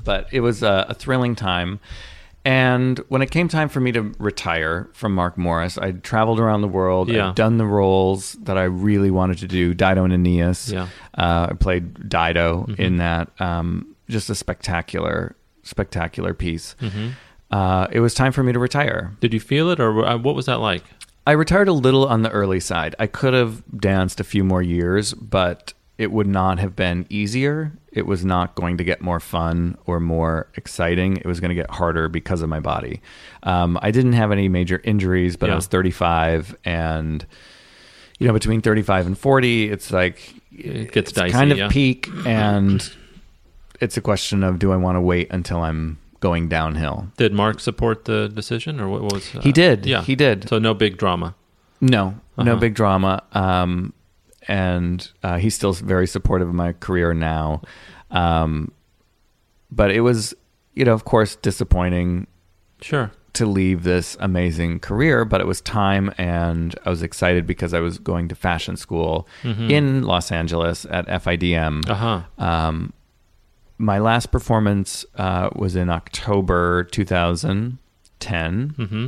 [SPEAKER 2] but it was a, a thrilling time. And when it came time for me to retire from Mark Morris, I traveled around the world.
[SPEAKER 1] Yeah.
[SPEAKER 2] I'd done the roles that I really wanted to do Dido and Aeneas.
[SPEAKER 1] Yeah. Mm-hmm.
[SPEAKER 2] Uh, I played Dido in that. Um, just a spectacular, spectacular piece.
[SPEAKER 1] Mm-hmm.
[SPEAKER 2] Uh, it was time for me to retire.
[SPEAKER 1] Did you feel it, or uh, what was that like?
[SPEAKER 2] I retired a little on the early side. I could have danced a few more years, but it would not have been easier. It was not going to get more fun or more exciting. It was going to get harder because of my body. Um, I didn't have any major injuries, but
[SPEAKER 1] Yeah.
[SPEAKER 2] I was 35 and you know between 35 and 40 it's like
[SPEAKER 1] It gets
[SPEAKER 2] it's
[SPEAKER 1] dicey,
[SPEAKER 2] kind of
[SPEAKER 1] yeah.
[SPEAKER 2] peak and it's a question of do I want to wait until I'm going downhill?
[SPEAKER 1] Did Mark support the decision, or what was? Uh,
[SPEAKER 2] He did.
[SPEAKER 1] Yeah,
[SPEAKER 2] He did.
[SPEAKER 1] So no big drama.
[SPEAKER 2] No, no
[SPEAKER 1] Uh-huh.
[SPEAKER 2] big drama. Um, and uh, he's still very supportive of my career now. Um, but it was, you know, of course, disappointing
[SPEAKER 1] Sure.
[SPEAKER 2] to leave this amazing career, but it was time and I was excited because I was going to fashion school
[SPEAKER 1] Mm-hmm.
[SPEAKER 2] in Los Angeles at FIDM.
[SPEAKER 1] Uh huh.
[SPEAKER 2] Um, my last performance uh, was in October 2010
[SPEAKER 1] Mm-hmm.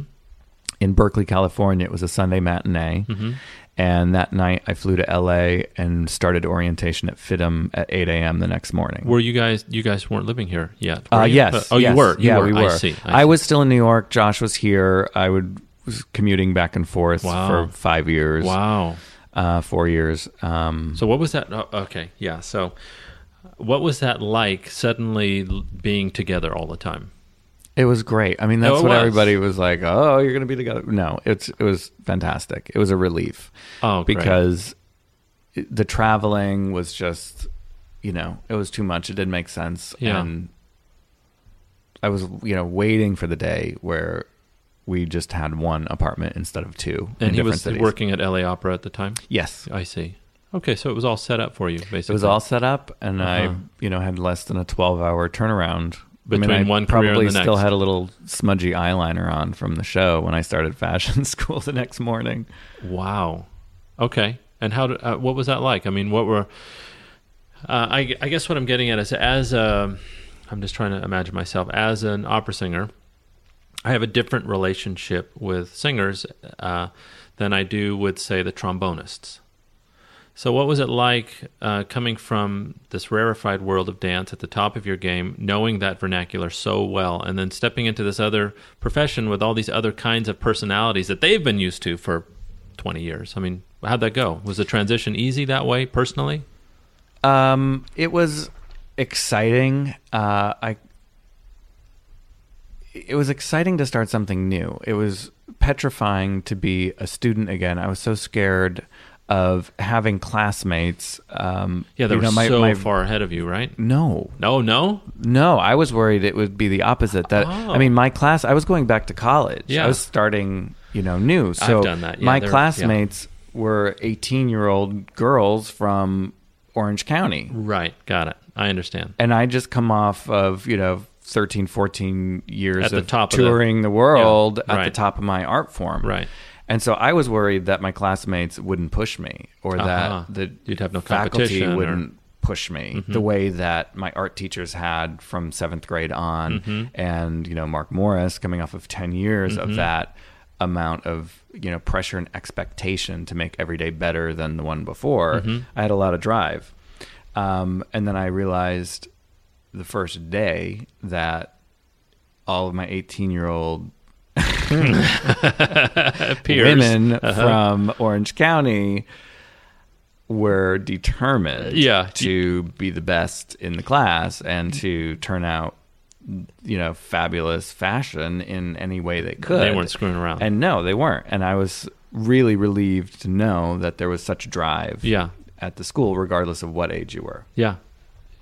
[SPEAKER 2] in Berkeley, California. It was a Sunday matinee.
[SPEAKER 1] Mm-hmm.
[SPEAKER 2] And that night I flew to LA and started orientation at FIDM at 8 a.m. the next morning.
[SPEAKER 1] Were you guys? You guys weren't living here yet.
[SPEAKER 2] Uh,
[SPEAKER 1] were you?
[SPEAKER 2] yes.
[SPEAKER 1] oh,
[SPEAKER 2] yes.
[SPEAKER 1] you were. You
[SPEAKER 2] yeah,
[SPEAKER 1] were.
[SPEAKER 2] we were.
[SPEAKER 1] I see.
[SPEAKER 2] I,
[SPEAKER 1] I, see.
[SPEAKER 2] was still in New York. Josh was here. I would, was commuting back and forth
[SPEAKER 1] Wow.
[SPEAKER 2] for five years,
[SPEAKER 1] Wow.
[SPEAKER 2] uh, four years. Um,
[SPEAKER 1] So what was that? Oh, okay. Yeah. So what was that like? Suddenly l- being together all the time.
[SPEAKER 2] it was great. I mean, that's
[SPEAKER 1] it
[SPEAKER 2] what
[SPEAKER 1] was.
[SPEAKER 2] everybody was like, oh, you're going to be together. No, it's, it was fantastic. It was a relief.
[SPEAKER 1] Oh, great.
[SPEAKER 2] because it- the traveling was just you know it was too much it didn't make sense
[SPEAKER 1] Yeah.
[SPEAKER 2] and i was you know waiting for the day where we just had one apartment instead of two in
[SPEAKER 1] and he
[SPEAKER 2] different
[SPEAKER 1] was
[SPEAKER 2] cities.
[SPEAKER 1] working at LA Opera at the time.
[SPEAKER 2] yes
[SPEAKER 1] I see. Okay, so it was all set up for you,
[SPEAKER 2] it
[SPEAKER 1] basically.
[SPEAKER 2] was all set up and
[SPEAKER 1] Uh-huh.
[SPEAKER 2] i you know had less than a 12 hour turnaround I mean,
[SPEAKER 1] Between
[SPEAKER 2] I
[SPEAKER 1] one career
[SPEAKER 2] probably
[SPEAKER 1] and the
[SPEAKER 2] still
[SPEAKER 1] next.
[SPEAKER 2] had a little smudgy eyeliner on from the show when I started fashion school the next morning.
[SPEAKER 1] Wow. Okay. And how? Did, uh, what was that like? I mean, what were? Uh, I, I guess what I'm getting at is, as a, I'm just trying to imagine myself as an opera singer. I have a different relationship with singers uh, than I do with, say, the trombonists. So, what was it like uh, coming from this rarefied world of dance at the top of your game, knowing that vernacular so well, and then stepping into this other profession with all these other kinds of personalities that they've been used to for 20 years? I mean, how'd that go? Was the transition easy that way, personally?
[SPEAKER 2] Um, it was exciting. Uh, I it was exciting to start something new. It was petrifying to be a student again. I was so scared of having classmates. Um,
[SPEAKER 1] Yeah, they
[SPEAKER 2] you
[SPEAKER 1] were
[SPEAKER 2] know, my-
[SPEAKER 1] so
[SPEAKER 2] my-
[SPEAKER 1] far ahead of you, right?
[SPEAKER 2] No,
[SPEAKER 1] No, no.
[SPEAKER 2] no, I was worried it would be the opposite. That
[SPEAKER 1] Oh.
[SPEAKER 2] I mean, my class. I was going back to college.
[SPEAKER 1] Yeah.
[SPEAKER 2] I was starting, you know, new. So
[SPEAKER 1] done that, yeah,
[SPEAKER 2] my
[SPEAKER 1] they're- yeah.
[SPEAKER 2] classmates were eighteen-year-old girls from Orange County,
[SPEAKER 1] Right, got it. I understand.
[SPEAKER 2] and I just come off of you know 13, 14 years
[SPEAKER 1] At the
[SPEAKER 2] of
[SPEAKER 1] top of the-
[SPEAKER 2] touring the, world
[SPEAKER 1] Yeah,
[SPEAKER 2] at the
[SPEAKER 1] right.
[SPEAKER 2] top of my art form,
[SPEAKER 1] Right.
[SPEAKER 2] And so I was worried that my classmates wouldn't push me, or
[SPEAKER 1] Uh-huh.
[SPEAKER 2] that the
[SPEAKER 1] You'd have no
[SPEAKER 2] faculty
[SPEAKER 1] competition or- Mm-hmm.
[SPEAKER 2] wouldn't push me the way that my art teachers had from seventh grade on,
[SPEAKER 1] Mm-hmm.
[SPEAKER 2] and you know Mark Morris coming off of ten years of that amount of you know pressure and expectation to make every day better than the one before.
[SPEAKER 1] Mm-hmm.
[SPEAKER 2] I had a lot of drive, um, and then I realized the first day that all of my eighteen year old
[SPEAKER 1] Peers. Uh-huh.
[SPEAKER 2] women from Orange County were determined
[SPEAKER 1] Yeah.
[SPEAKER 2] to be the best in the class and to turn out you know fabulous fashion in any way they could
[SPEAKER 1] They weren't screwing around.
[SPEAKER 2] and no they weren't and i was really relieved to know that there was such drive
[SPEAKER 1] Yeah.
[SPEAKER 2] at the school regardless of what age you were
[SPEAKER 1] Yeah,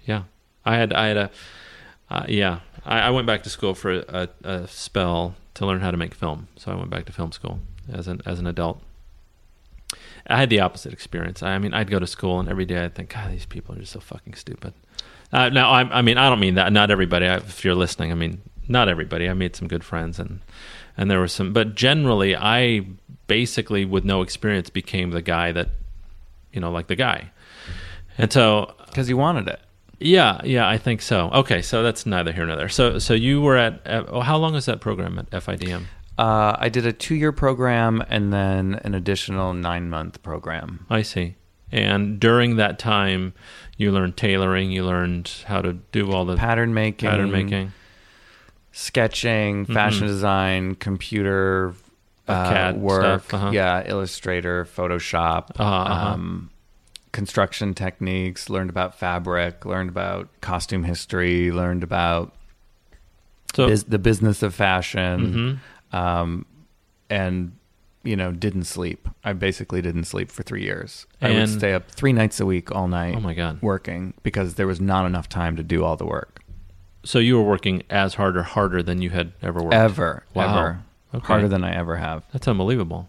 [SPEAKER 1] yeah. I had I had a uh, yeah. I, I went back to school for a, a, a spell to learn how to make film, so I went back to film school as an as an adult. I had the opposite experience. I, I mean, I'd go to school and every day I'd think, God, these people are just so fucking stupid. Uh, now, I, I mean, I don't mean that. Not everybody. I, if you're listening, I mean, not everybody. I made some good friends and and there were some, but generally, I basically with no experience became the guy that you know, like the guy. And so
[SPEAKER 2] because you wanted it
[SPEAKER 1] yeah, yeah, I think so. Okay, so that's neither here nor there. So, so you were at, at oh, how long was that program at FIDM?
[SPEAKER 2] uh, i did a two-year program and then an additional nine-month program
[SPEAKER 1] I see. And during that time, you learned tailoring. You learned how to do all the
[SPEAKER 2] pattern making
[SPEAKER 1] pattern making.
[SPEAKER 2] sketching,
[SPEAKER 1] Mm-hmm.
[SPEAKER 2] fashion design, computer uh,
[SPEAKER 1] CAD
[SPEAKER 2] work,
[SPEAKER 1] stuff, uh-huh.
[SPEAKER 2] yeah, Illustrator, Photoshop,
[SPEAKER 1] Uh, uh-huh.
[SPEAKER 2] um, construction techniques. Learned about fabric. Learned about costume history. Learned about
[SPEAKER 1] So, mm-hmm.
[SPEAKER 2] bus- the business of fashion, um, and you know, didn't sleep. I basically didn't sleep for three years. I would
[SPEAKER 1] And-
[SPEAKER 2] stay up three nights a week, all night.
[SPEAKER 1] Oh my God.
[SPEAKER 2] working because there was not enough time to do all the work.
[SPEAKER 1] so you were working as hard or harder than you had ever worked.
[SPEAKER 2] Ever,
[SPEAKER 1] Wow.
[SPEAKER 2] ever
[SPEAKER 1] Okay.
[SPEAKER 2] harder than I ever have.
[SPEAKER 1] That's unbelievable.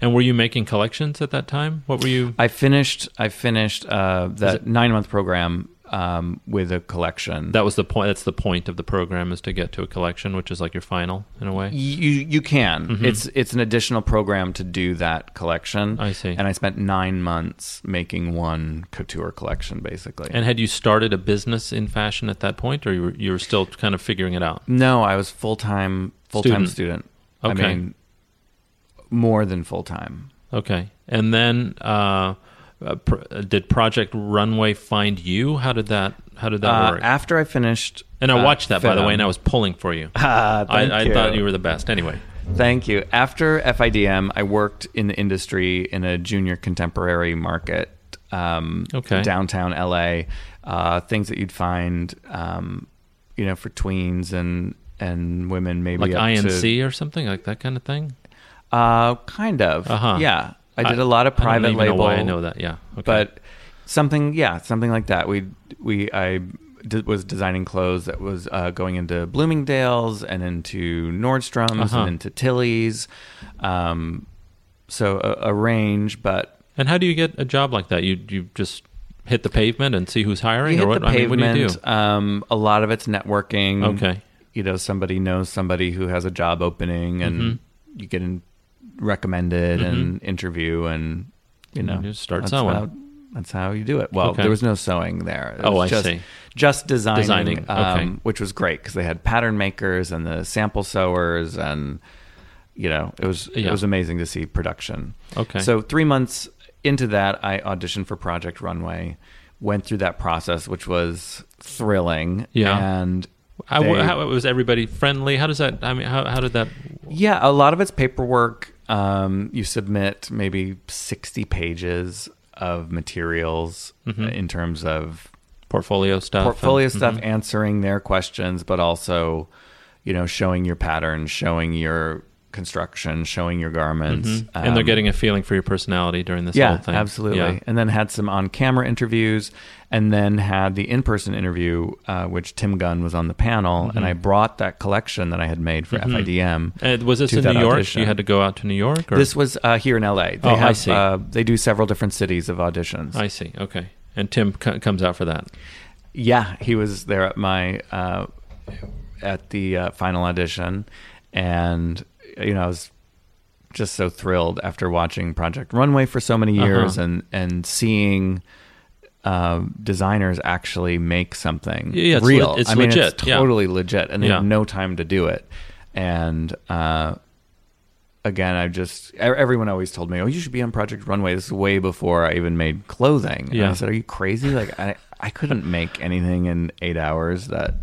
[SPEAKER 1] And were you making collections at that time? What were you?
[SPEAKER 2] I finished. I finished uh, that nine month program um, with a collection.
[SPEAKER 1] That was the point. That's the point of the program is to get to a collection, which is like your final in a way.
[SPEAKER 2] you you can.
[SPEAKER 1] Mm-hmm.
[SPEAKER 2] It's it's an additional program to do that collection.
[SPEAKER 1] I see.
[SPEAKER 2] And I spent nine months making one couture collection, basically.
[SPEAKER 1] And had you started a business in fashion at that point, or you were, you were still kind of figuring it out?
[SPEAKER 2] no, I was full time full time student.
[SPEAKER 1] Okay.
[SPEAKER 2] I mean, more than full time.
[SPEAKER 1] Okay. And then uh, uh, pr- uh, did Project Runway find you? How did that How did that
[SPEAKER 2] Uh,
[SPEAKER 1] work?
[SPEAKER 2] after I finished,
[SPEAKER 1] and I watched that by the way, and I
[SPEAKER 2] now
[SPEAKER 1] was pulling for you.
[SPEAKER 2] Ah,
[SPEAKER 1] I,
[SPEAKER 2] thank
[SPEAKER 1] I thought you were the best. Anyway,
[SPEAKER 2] Thank you. After FIDM, I worked in the industry in a junior contemporary market, um,
[SPEAKER 1] Okay.
[SPEAKER 2] downtown LA. Uh, things that you'd find, um, you know, for tweens and and women, maybe
[SPEAKER 1] like
[SPEAKER 2] up
[SPEAKER 1] INC
[SPEAKER 2] to
[SPEAKER 1] or something like that kind of thing.
[SPEAKER 2] uh, kind of,
[SPEAKER 1] Uh-huh.
[SPEAKER 2] yeah. I did a lot of private
[SPEAKER 1] I don't even
[SPEAKER 2] label
[SPEAKER 1] Know why I know that. Yeah. Okay.
[SPEAKER 2] but something yeah something like that we we i d- was designing clothes that was uh, going into bloomingdale's and into nordstrom's
[SPEAKER 1] Uh-huh.
[SPEAKER 2] and into tilly's um, so a, a range but
[SPEAKER 1] and how do you get a job like that? You you just hit the pavement and see who's hiring,
[SPEAKER 2] you hit
[SPEAKER 1] or what?
[SPEAKER 2] the pavement
[SPEAKER 1] I mean, what do you do?
[SPEAKER 2] um, a lot of it's networking
[SPEAKER 1] Okay.
[SPEAKER 2] you know somebody knows somebody who has a job opening and
[SPEAKER 1] Mm-hmm.
[SPEAKER 2] you get in recommended and interview and you know
[SPEAKER 1] You just start
[SPEAKER 2] that's
[SPEAKER 1] sewing.
[SPEAKER 2] how, that's how you do it well
[SPEAKER 1] Okay.
[SPEAKER 2] there was no sewing there It
[SPEAKER 1] Oh, I
[SPEAKER 2] was just,
[SPEAKER 1] see.
[SPEAKER 2] just designing,
[SPEAKER 1] Designing,
[SPEAKER 2] um,
[SPEAKER 1] okay.
[SPEAKER 2] which was great because they had pattern makers and the sample sewers and you know it was
[SPEAKER 1] Yeah.
[SPEAKER 2] it was amazing to see production
[SPEAKER 1] Okay.
[SPEAKER 2] so three months into that, I auditioned for Project Runway, went through that process, which was thrilling.
[SPEAKER 1] Yeah.
[SPEAKER 2] And
[SPEAKER 1] I, w-
[SPEAKER 2] they-
[SPEAKER 1] how, was everybody friendly? How does that? I mean, how, how did that?
[SPEAKER 2] yeah, a lot of it's paperwork. Um, you submit maybe 60 pages of materials uh, in terms of
[SPEAKER 1] Mm-hmm. Portfolio mm-hmm. stuff. um, and-
[SPEAKER 2] portfolio stuff answering their questions but also you know showing your patterns showing your construction showing your garments
[SPEAKER 1] mm-hmm. and they're
[SPEAKER 2] um,
[SPEAKER 1] getting a feeling for your personality during this whole
[SPEAKER 2] yeah
[SPEAKER 1] thing.
[SPEAKER 2] absolutely
[SPEAKER 1] Yeah.
[SPEAKER 2] and then had some on-camera interviews and then had the in-person interview uh, which tim gunn was on the panel
[SPEAKER 1] Mm-hmm.
[SPEAKER 2] and i brought that collection that i had made for fidm
[SPEAKER 1] And was this
[SPEAKER 2] to
[SPEAKER 1] in
[SPEAKER 2] that
[SPEAKER 1] New York?
[SPEAKER 2] audition.
[SPEAKER 1] You had to go out to New York? Or?
[SPEAKER 2] this was uh, here in la they
[SPEAKER 1] Oh, I
[SPEAKER 2] have
[SPEAKER 1] see.
[SPEAKER 2] Uh, they do several different cities of auditions
[SPEAKER 1] I see. Okay. And Tim co- comes out for that.
[SPEAKER 2] Yeah, he was there at my uh, at the uh, final audition, and you know I was just so thrilled after watching Project Runway for so many years
[SPEAKER 1] Uh-huh.
[SPEAKER 2] and and seeing uh, designers actually make something
[SPEAKER 1] Yeah, it's
[SPEAKER 2] real.
[SPEAKER 1] le- it's
[SPEAKER 2] I mean,
[SPEAKER 1] legit,
[SPEAKER 2] it's
[SPEAKER 1] yeah.
[SPEAKER 2] totally legit, and they
[SPEAKER 1] Yeah.
[SPEAKER 2] have no time to do it. And uh, again, I just e- everyone always told me, "Oh, you should be on Project Runway." This is way before I even made clothing. And
[SPEAKER 1] Yeah.
[SPEAKER 2] I said, "Are you crazy? Like, I I couldn't make anything in eight hours that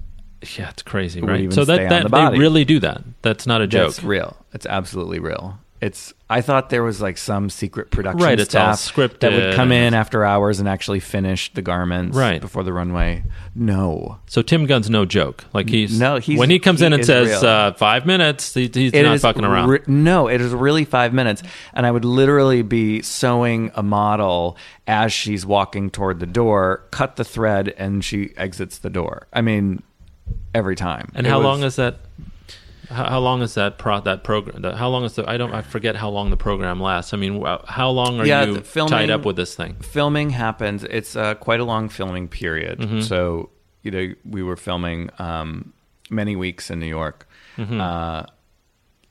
[SPEAKER 1] Yeah, it's crazy,
[SPEAKER 2] Would
[SPEAKER 1] right?
[SPEAKER 2] even
[SPEAKER 1] So
[SPEAKER 2] stay
[SPEAKER 1] that,
[SPEAKER 2] on
[SPEAKER 1] that
[SPEAKER 2] the
[SPEAKER 1] they
[SPEAKER 2] body.
[SPEAKER 1] really do that. That's not a joke.
[SPEAKER 2] that's real. It's absolutely real." It's. I thought there was like some secret production
[SPEAKER 1] Right, it's all
[SPEAKER 2] staff that
[SPEAKER 1] scripted
[SPEAKER 2] would come in
[SPEAKER 1] and-
[SPEAKER 2] after hours and actually finish the garments
[SPEAKER 1] Right.
[SPEAKER 2] before the runway. No,
[SPEAKER 1] So Tim Gunn's no joke. Like he's
[SPEAKER 2] No, he's-
[SPEAKER 1] when he comes in
[SPEAKER 2] he
[SPEAKER 1] and
[SPEAKER 2] is
[SPEAKER 1] says
[SPEAKER 2] real.
[SPEAKER 1] uh, five minutes, he, he's
[SPEAKER 2] It
[SPEAKER 1] not
[SPEAKER 2] is
[SPEAKER 1] fucking around.
[SPEAKER 2] re- no, it is really five minutes, and I would literally be sewing a model as she's walking toward the door. Cut the thread, and she exits the door. I mean, every time.
[SPEAKER 1] and
[SPEAKER 2] It
[SPEAKER 1] how
[SPEAKER 2] was-
[SPEAKER 1] long is that? How, how long is that pro that program? That, how long is the? I don't. I forget how long the program lasts. I mean, wh- how long are
[SPEAKER 2] Yeah,
[SPEAKER 1] you
[SPEAKER 2] the filming-
[SPEAKER 1] tied up with this thing?
[SPEAKER 2] filming happens? It's uh, quite a long filming period.
[SPEAKER 1] Mm-hmm.
[SPEAKER 2] So you know, we were filming um, many weeks in New York.
[SPEAKER 1] Hmm.
[SPEAKER 2] Uh,
[SPEAKER 1] Mm-hmm.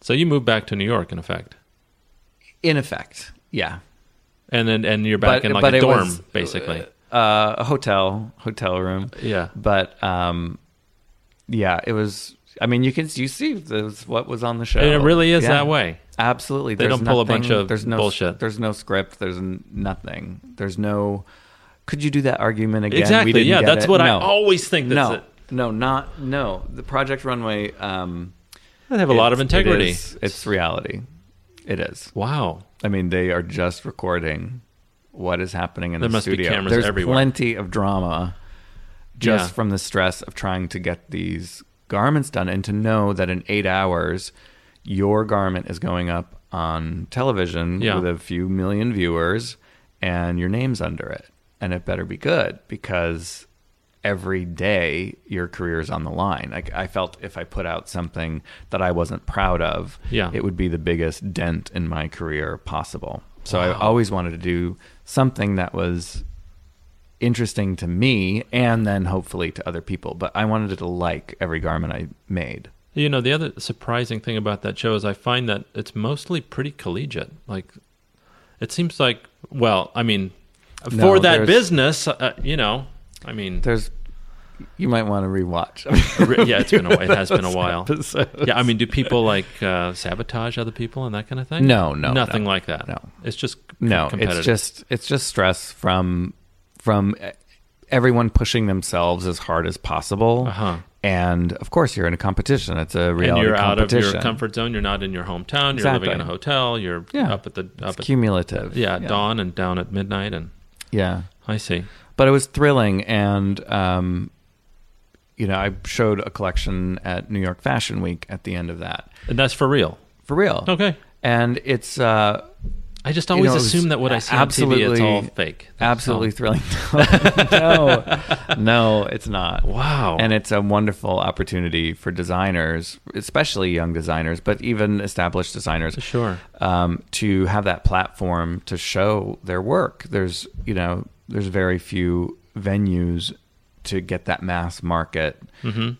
[SPEAKER 1] So you move back to New York, in effect,
[SPEAKER 2] in effect, yeah.
[SPEAKER 1] and then and you're back in like a
[SPEAKER 2] it
[SPEAKER 1] dorm,
[SPEAKER 2] was,
[SPEAKER 1] basically.
[SPEAKER 2] uh, a hotel hotel room.
[SPEAKER 1] yeah.
[SPEAKER 2] but um yeah it was i mean you can you see those what was on the show
[SPEAKER 1] And it really is
[SPEAKER 2] Yeah.
[SPEAKER 1] that way.
[SPEAKER 2] absolutely
[SPEAKER 1] They
[SPEAKER 2] There's
[SPEAKER 1] don't pull a bunch
[SPEAKER 2] nothing-
[SPEAKER 1] of
[SPEAKER 2] there's no
[SPEAKER 1] bullshit.
[SPEAKER 2] there's no script there's n- nothing there's no could you do that argument again We
[SPEAKER 1] exactly.
[SPEAKER 2] didn't
[SPEAKER 1] Yeah,
[SPEAKER 2] get
[SPEAKER 1] that's
[SPEAKER 2] it.
[SPEAKER 1] what I
[SPEAKER 2] No.
[SPEAKER 1] always think. That's
[SPEAKER 2] no
[SPEAKER 1] it.
[SPEAKER 2] no not no the project runway um
[SPEAKER 1] They have a lot of
[SPEAKER 2] it's- it
[SPEAKER 1] integrity.
[SPEAKER 2] is- it's reality it is
[SPEAKER 1] Wow.
[SPEAKER 2] I mean, they are just recording what is happening in
[SPEAKER 1] There
[SPEAKER 2] the
[SPEAKER 1] must be
[SPEAKER 2] studio.
[SPEAKER 1] cameras
[SPEAKER 2] There's
[SPEAKER 1] everywhere.
[SPEAKER 2] plenty of drama just
[SPEAKER 1] Yeah.
[SPEAKER 2] from the stress of trying to get these garments done and to know that in eight hours your garment is going up on television
[SPEAKER 1] Yeah.
[SPEAKER 2] with a few million viewers and your name's under it. And it better be good because every day your career is on the line. Like I felt if I put out something that I wasn't proud of,
[SPEAKER 1] Yeah.
[SPEAKER 2] it would be the biggest dent in my career possible. So I always wanted to do something that was interesting to me and then hopefully to other people. But I wanted to like every garment I made.
[SPEAKER 1] You know, the other surprising thing about that show is I find that it's mostly pretty collegiate. Like, it seems like, well, I mean,
[SPEAKER 2] No,
[SPEAKER 1] for that
[SPEAKER 2] there's-
[SPEAKER 1] business, uh, you know, I mean,
[SPEAKER 2] There's you might want to rewatch.
[SPEAKER 1] yeah, it's been a, it has been a while.
[SPEAKER 2] Episodes.
[SPEAKER 1] Yeah, I mean, do people like uh, sabotage other people and that kind of thing?
[SPEAKER 2] No, no,
[SPEAKER 1] nothing
[SPEAKER 2] no,
[SPEAKER 1] like that.
[SPEAKER 2] no.
[SPEAKER 1] it's just c-
[SPEAKER 2] No,
[SPEAKER 1] competitive.
[SPEAKER 2] it's just it's just stress from from everyone pushing themselves as hard as possible.
[SPEAKER 1] Uh-huh.
[SPEAKER 2] And of course, you're in a competition. It's a
[SPEAKER 1] and
[SPEAKER 2] reality
[SPEAKER 1] you're out of
[SPEAKER 2] competition.
[SPEAKER 1] your comfort zone. You're not in your hometown. You're
[SPEAKER 2] Exactly.
[SPEAKER 1] living in a hotel. You're
[SPEAKER 2] Yeah.
[SPEAKER 1] up at the
[SPEAKER 2] It's
[SPEAKER 1] up at,
[SPEAKER 2] cumulative.
[SPEAKER 1] yeah, at dawn and down at midnight. And
[SPEAKER 2] Yeah.
[SPEAKER 1] I see.
[SPEAKER 2] but it was thrilling and um you know i showed a collection at new york fashion week at the end of that
[SPEAKER 1] And that's for real.
[SPEAKER 2] for real
[SPEAKER 1] Okay.
[SPEAKER 2] and it's uh
[SPEAKER 1] I just
[SPEAKER 2] you
[SPEAKER 1] always
[SPEAKER 2] know, it was
[SPEAKER 1] assume that what I see on TV it's
[SPEAKER 2] absolutely-
[SPEAKER 1] all fake. That's
[SPEAKER 2] absolutely thrilling no no it's not
[SPEAKER 1] all. Wow.
[SPEAKER 2] and it's a wonderful opportunity for designers especially young designers but even established designers
[SPEAKER 1] sure.
[SPEAKER 2] um, to have that platform to show their work. There's you know there's very few venues to get that mass market
[SPEAKER 1] Mm-hmm.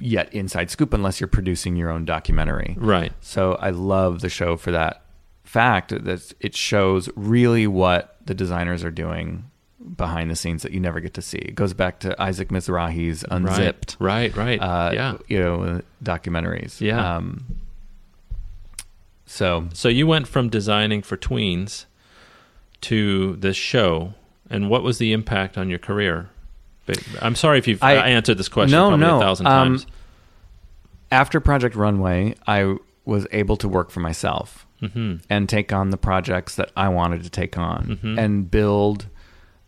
[SPEAKER 2] yet inside scoop unless you're producing your own documentary.
[SPEAKER 1] Right.
[SPEAKER 2] So I love the show for that fact that it shows really what the designers are doing behind the scenes that you never get to see. It goes back to Isaac Mizrahi's Unzipped
[SPEAKER 1] Right, right.
[SPEAKER 2] uh,
[SPEAKER 1] yeah.
[SPEAKER 2] you know documentaries.
[SPEAKER 1] Yeah.
[SPEAKER 2] Um, so
[SPEAKER 1] So you went from designing for tweens to this show, and what was the impact on your career? But I'm sorry if you've I,
[SPEAKER 2] I-
[SPEAKER 1] answered this question
[SPEAKER 2] No,
[SPEAKER 1] probably
[SPEAKER 2] no,
[SPEAKER 1] a thousand
[SPEAKER 2] um,
[SPEAKER 1] times.
[SPEAKER 2] After Project Runway, I was able to work for myself
[SPEAKER 1] Mm-hmm.
[SPEAKER 2] and take on the projects that I wanted to take on
[SPEAKER 1] Mm-hmm.
[SPEAKER 2] and build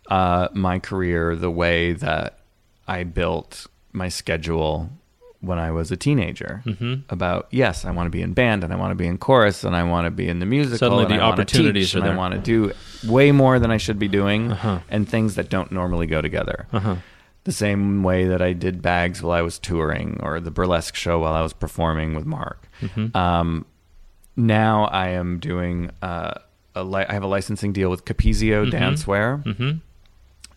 [SPEAKER 2] uh, my career the way that I built my schedule when I was a teenager.
[SPEAKER 1] Mm-hmm.
[SPEAKER 2] About, yes, I want to be in band and I want to be in chorus and I want to be in the musical.
[SPEAKER 1] Suddenly
[SPEAKER 2] and
[SPEAKER 1] the
[SPEAKER 2] I wanna
[SPEAKER 1] opportunities
[SPEAKER 2] teach
[SPEAKER 1] are
[SPEAKER 2] and I
[SPEAKER 1] there. Uh-huh.
[SPEAKER 2] want to do way more than I should be doing and things that don't normally go together the same way that I did bags while I was touring or the burlesque show while I was performing with Mark.
[SPEAKER 1] Mm-hmm.
[SPEAKER 2] Um, now I am doing uh, a li- I have a licensing deal with Capizio Dancewear. Mm-hmm. Uh,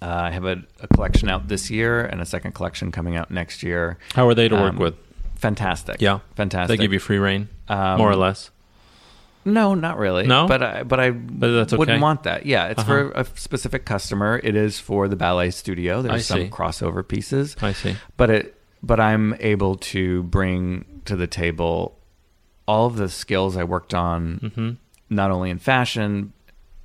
[SPEAKER 2] I have a, a collection out this year and a second collection coming out next year.
[SPEAKER 1] How are they to work
[SPEAKER 2] um,
[SPEAKER 1] with?
[SPEAKER 2] Fantastic.
[SPEAKER 1] Yeah.
[SPEAKER 2] fantastic.
[SPEAKER 1] They give you free reign,
[SPEAKER 2] Um,
[SPEAKER 1] more or less.
[SPEAKER 2] No, not really.
[SPEAKER 1] No?
[SPEAKER 2] but I but I
[SPEAKER 1] that's okay. Uh-huh.
[SPEAKER 2] wouldn't want that. Yeah, it's for a specific customer. It is for the ballet studio. There's
[SPEAKER 1] I
[SPEAKER 2] some
[SPEAKER 1] see.
[SPEAKER 2] crossover pieces.
[SPEAKER 1] I see.
[SPEAKER 2] But it but I'm able to bring to the table all of the skills I worked on, not only in fashion,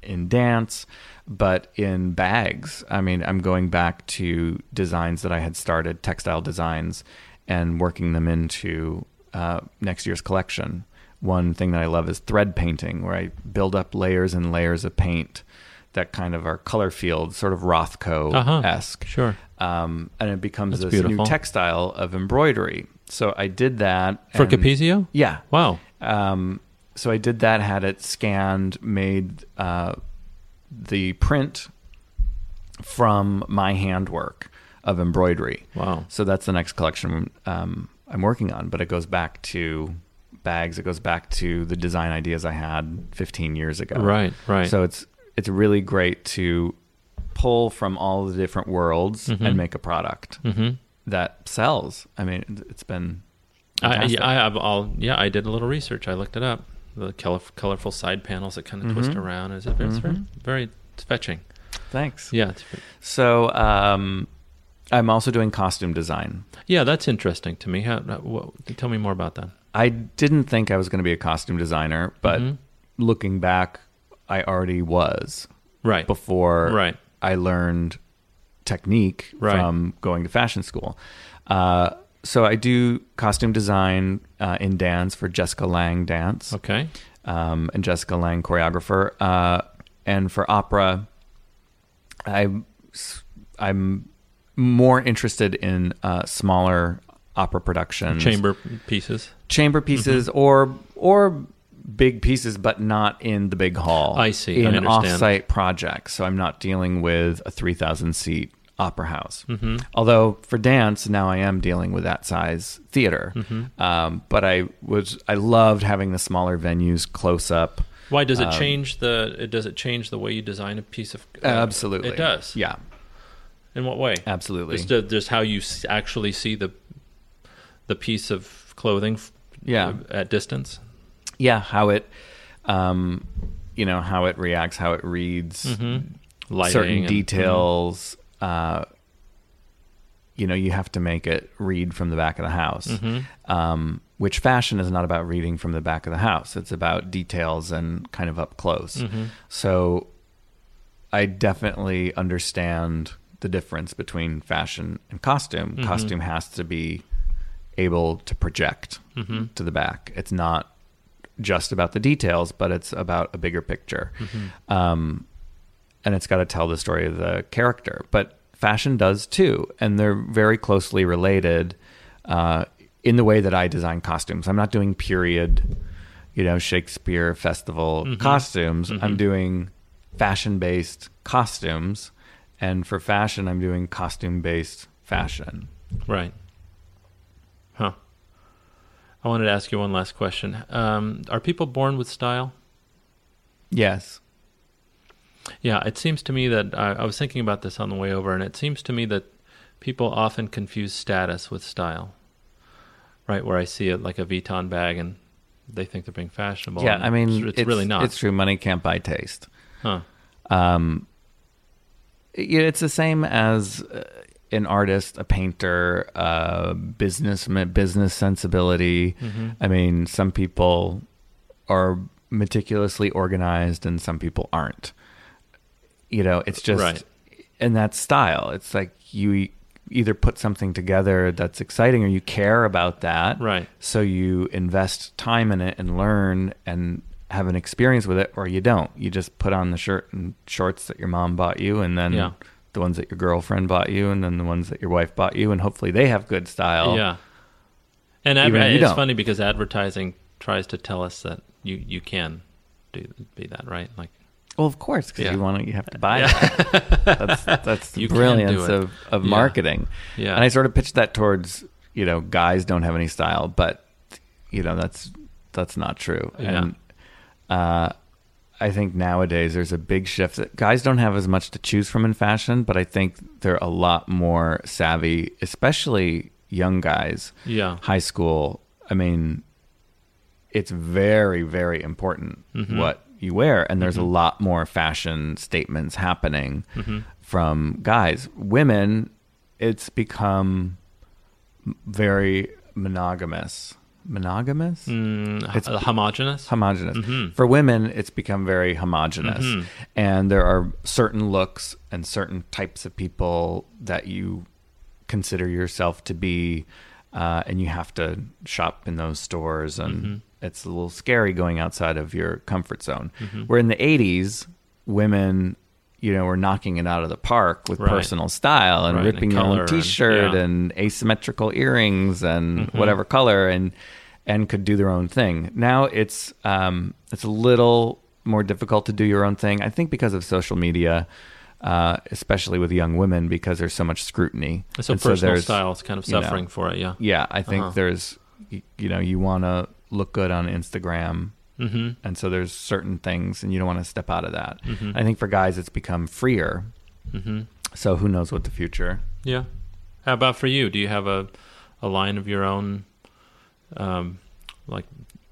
[SPEAKER 2] in dance, but in bags. I mean, I'm going back to designs that I had started, textile designs, and working them into uh, next year's collection. One thing that I love is thread painting, where I build up layers and layers of paint that kind of are color field, sort of Rothko esque
[SPEAKER 1] Sure.
[SPEAKER 2] um, and it becomes
[SPEAKER 1] That's
[SPEAKER 2] this
[SPEAKER 1] beautiful.
[SPEAKER 2] new textile of embroidery. So I did that
[SPEAKER 1] For
[SPEAKER 2] and-
[SPEAKER 1] Capizio?
[SPEAKER 2] Yeah.
[SPEAKER 1] Wow.
[SPEAKER 2] Um, so I did that, had it scanned, made uh, the print from my handwork of embroidery.
[SPEAKER 1] Wow.
[SPEAKER 2] So that's the next collection um, I'm working on, but it goes back to bags. It goes back to the design ideas I had 15 years ago.
[SPEAKER 1] Right, right.
[SPEAKER 2] So it's it's really great to pull from all the different worlds
[SPEAKER 1] Mm-hmm.
[SPEAKER 2] and make a product that sells. I mean, it's been
[SPEAKER 1] I,
[SPEAKER 2] fantastic.
[SPEAKER 1] yeah, I, I've- I'll, yeah, I did a little research. I looked it up. The color, colorful side panels that kind of twist
[SPEAKER 2] Mm-hmm.
[SPEAKER 1] around. It's, it's very, very fetching.
[SPEAKER 2] thanks.
[SPEAKER 1] Yeah, it's,
[SPEAKER 2] So um, I'm also doing costume design.
[SPEAKER 1] yeah, that's interesting to me. How, what, tell me more about that.
[SPEAKER 2] I didn't think I was going to be a costume designer, but
[SPEAKER 1] Hmm? Mm-hmm.
[SPEAKER 2] looking back, I already was
[SPEAKER 1] Right.
[SPEAKER 2] before
[SPEAKER 1] Right.
[SPEAKER 2] I learned technique
[SPEAKER 1] Right.
[SPEAKER 2] from going to fashion school. Uh, so I do costume design uh, in dance for Jessica Lang Dance.
[SPEAKER 1] Okay.
[SPEAKER 2] um, and Jessica Lang, choreographer. Uh, and for opera, I, I'm more interested in uh, smaller opera productions,
[SPEAKER 1] Chamber Mm-hmm. pieces.
[SPEAKER 2] chamber pieces, or or big pieces, but not in the big hall.
[SPEAKER 1] I see. I
[SPEAKER 2] in
[SPEAKER 1] understand.
[SPEAKER 2] off-site projects, so I'm not dealing with a 3,000 seat opera house.
[SPEAKER 1] Mm-hmm.
[SPEAKER 2] Although for dance, now I am dealing with that size theater.
[SPEAKER 1] Mm-hmm.
[SPEAKER 2] Um, but I was I loved having the smaller venues close up.
[SPEAKER 1] Why does it
[SPEAKER 2] Um,
[SPEAKER 1] change the? It does it change the way you design a piece of? uh,
[SPEAKER 2] Absolutely,
[SPEAKER 1] it does.
[SPEAKER 2] Yeah,
[SPEAKER 1] In what way?
[SPEAKER 2] absolutely.
[SPEAKER 1] Just, uh, just how you s- actually see the, the piece of clothing. f-
[SPEAKER 2] Yeah.
[SPEAKER 1] At distance.
[SPEAKER 2] yeah, how it, um, you know, how it reacts, how it reads,
[SPEAKER 1] Mm-hmm. Lighting
[SPEAKER 2] Mm-hmm. certain
[SPEAKER 1] and-
[SPEAKER 2] details. Uh, you know, you have to make it read from the back of the house.
[SPEAKER 1] Mm-hmm.
[SPEAKER 2] Um, which fashion is not about reading from the back of the house; it's about details and kind of up close.
[SPEAKER 1] Mm-hmm.
[SPEAKER 2] So, I definitely understand the difference between fashion and costume.
[SPEAKER 1] Mm-hmm.
[SPEAKER 2] Costume has to be able to project
[SPEAKER 1] Mm-hmm.
[SPEAKER 2] to the back. It's not just about the details, but it's about a bigger picture.
[SPEAKER 1] Mm-hmm.
[SPEAKER 2] Um, and it's got to tell the story of the character. But fashion does too, and they're very closely related uh, in the way that I design costumes. I'm not doing period, you know, Shakespeare festival
[SPEAKER 1] Mm-hmm.
[SPEAKER 2] costumes. I'm doing fashion based costumes, and for fashion, I'm doing costume based fashion.
[SPEAKER 1] Right. Huh. I wanted to ask you one last question. Um, are people born with style?
[SPEAKER 2] Yes.
[SPEAKER 1] Yeah, it seems to me that I, I was thinking about this on the way over, and it seems to me that people often confuse status with style. Right, where I see it like a Vuitton bag, and they think they're being fashionable.
[SPEAKER 2] yeah,
[SPEAKER 1] and
[SPEAKER 2] I mean,
[SPEAKER 1] it's, it's really not.
[SPEAKER 2] It's true. Money can't buy taste.
[SPEAKER 1] huh.
[SPEAKER 2] it- yeah, it's the same as uh, an artist, a painter, a businessman, business sensibility. I mean, some people are meticulously organized and some people aren't. you know it's just
[SPEAKER 1] Right.
[SPEAKER 2] in that style it's like you e- either put something together that's exciting or you care about that
[SPEAKER 1] Right.
[SPEAKER 2] so you invest time in it and learn and have an experience with it or you don't you just put on the shirt and shorts that your mom bought you and then
[SPEAKER 1] Yeah.
[SPEAKER 2] the ones that your girlfriend bought you and then the ones that your wife bought you and hopefully they have good style
[SPEAKER 1] Yeah. And adver-
[SPEAKER 2] Even if you
[SPEAKER 1] it's
[SPEAKER 2] don't.
[SPEAKER 1] funny because advertising tries to tell us that you, you can do be that, right? Like
[SPEAKER 2] well of course because
[SPEAKER 1] Yeah.
[SPEAKER 2] you want to you have to buy it that's that's the
[SPEAKER 1] You can do
[SPEAKER 2] brilliance
[SPEAKER 1] it.
[SPEAKER 2] of, of
[SPEAKER 1] Yeah.
[SPEAKER 2] marketing
[SPEAKER 1] Yeah.
[SPEAKER 2] and i sort of pitched that towards you know guys don't have any style but you know that's that's not true
[SPEAKER 1] Yeah.
[SPEAKER 2] and uh I think nowadays there's a big shift that guys don't have as much to choose from in fashion, but I think they're a lot more savvy, especially young guys.
[SPEAKER 1] Yeah.
[SPEAKER 2] High school. I mean, it's very, very important what you wear. And there's a lot more fashion statements happening from guys. Women, it's become very monogamous. Monogamous?
[SPEAKER 1] mm,
[SPEAKER 2] It's-
[SPEAKER 1] h- homogenous. Mm-hmm.
[SPEAKER 2] homogenous. For women, it's become very homogenous. And there are certain looks and certain types of people that you consider yourself to be, uh, and you have to shop in those stores. And
[SPEAKER 1] Mm-hmm.
[SPEAKER 2] it's a little scary going outside of your comfort zone.
[SPEAKER 1] Mm-hmm.
[SPEAKER 2] Where in the 80s, women. You know, were knocking it out of the park with
[SPEAKER 1] Right.
[SPEAKER 2] personal style and
[SPEAKER 1] Right, and
[SPEAKER 2] ripping
[SPEAKER 1] color
[SPEAKER 2] your own
[SPEAKER 1] and-
[SPEAKER 2] T-shirt
[SPEAKER 1] yeah.
[SPEAKER 2] and asymmetrical earrings and
[SPEAKER 1] Mm-hmm.
[SPEAKER 2] whatever color and and could do their own thing. Now it's um, it's a little more difficult to do your own thing. I think because of social media, uh, especially with young women, because there's so much scrutiny.
[SPEAKER 1] so
[SPEAKER 2] And
[SPEAKER 1] personal
[SPEAKER 2] there's-
[SPEAKER 1] style is kind of
[SPEAKER 2] you know,
[SPEAKER 1] suffering for it. Yeah.
[SPEAKER 2] Yeah, I think
[SPEAKER 1] Uh-huh.
[SPEAKER 2] there's y- you know you want to look good on Instagram.
[SPEAKER 1] Mm-hmm.
[SPEAKER 2] And so there's certain things, and you don't want to step out of that. I think for guys, it's become freer.
[SPEAKER 1] Mm-hmm.
[SPEAKER 2] So who knows what the future?
[SPEAKER 1] Yeah. How about for you? Do you have a, a line of your own? Um, like,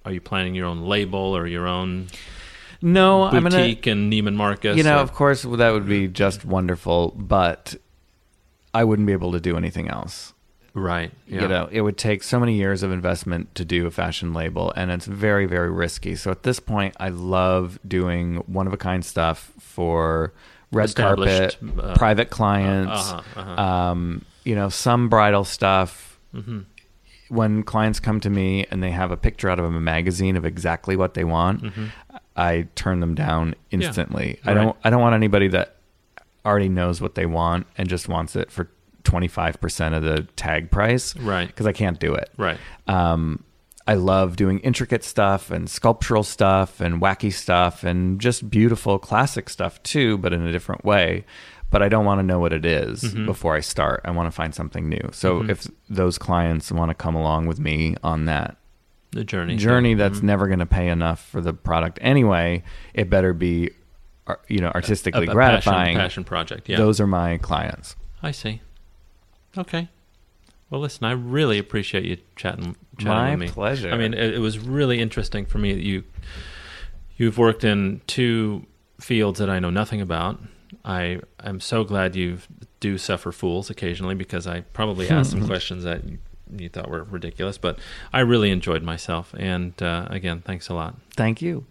[SPEAKER 1] are you planning your own label or your own
[SPEAKER 2] No, I'm gonna
[SPEAKER 1] boutique and Neiman Marcus?
[SPEAKER 2] you know,
[SPEAKER 1] or-
[SPEAKER 2] of course, well, that would be just wonderful, but I wouldn't be able to do anything else.
[SPEAKER 1] right. Yeah.
[SPEAKER 2] You know, it would take so many years of investment to do a fashion label, and it's very, very risky. So at this point, I love doing one of a kind stuff for red carpet,
[SPEAKER 1] Established, uh,
[SPEAKER 2] private clients,
[SPEAKER 1] Uh-huh, uh-huh.
[SPEAKER 2] um, you know, some bridal stuff.
[SPEAKER 1] Mm-hmm,
[SPEAKER 2] When clients come to me and they have a picture out of a magazine of exactly what they want, I turn them down instantly. I
[SPEAKER 1] Right.
[SPEAKER 2] don't. I don't want anybody that already knows what they want and just wants it for twenty five percent of the tag price,
[SPEAKER 1] Right.
[SPEAKER 2] Because I can't do it.
[SPEAKER 1] Right.
[SPEAKER 2] Um, I love doing intricate stuff and sculptural stuff and wacky stuff and just beautiful classic stuff too, but in a different way. But I don't want to know what it is
[SPEAKER 1] Mm-hmm.
[SPEAKER 2] before I start. I want to find something new. So if those clients want to come along with me on that
[SPEAKER 1] The journey. Mm-hmm.
[SPEAKER 2] journey that's never going to pay enough for the product anyway, it better be, ar- you know,
[SPEAKER 1] A,
[SPEAKER 2] artistically
[SPEAKER 1] a
[SPEAKER 2] gratifying.
[SPEAKER 1] Passion, passion project. Yeah.
[SPEAKER 2] Those are my clients.
[SPEAKER 1] I see. Okay. Well, listen, I really appreciate you chatting, chatting
[SPEAKER 2] My
[SPEAKER 1] with me.
[SPEAKER 2] pleasure.
[SPEAKER 1] I mean, it, it was really interesting for me that you you've worked in two fields that I know nothing about. I am so glad you do suffer fools occasionally because I probably asked some questions that you, you thought were ridiculous, but I really enjoyed myself. And uh, again, thanks a lot.
[SPEAKER 2] Thank you.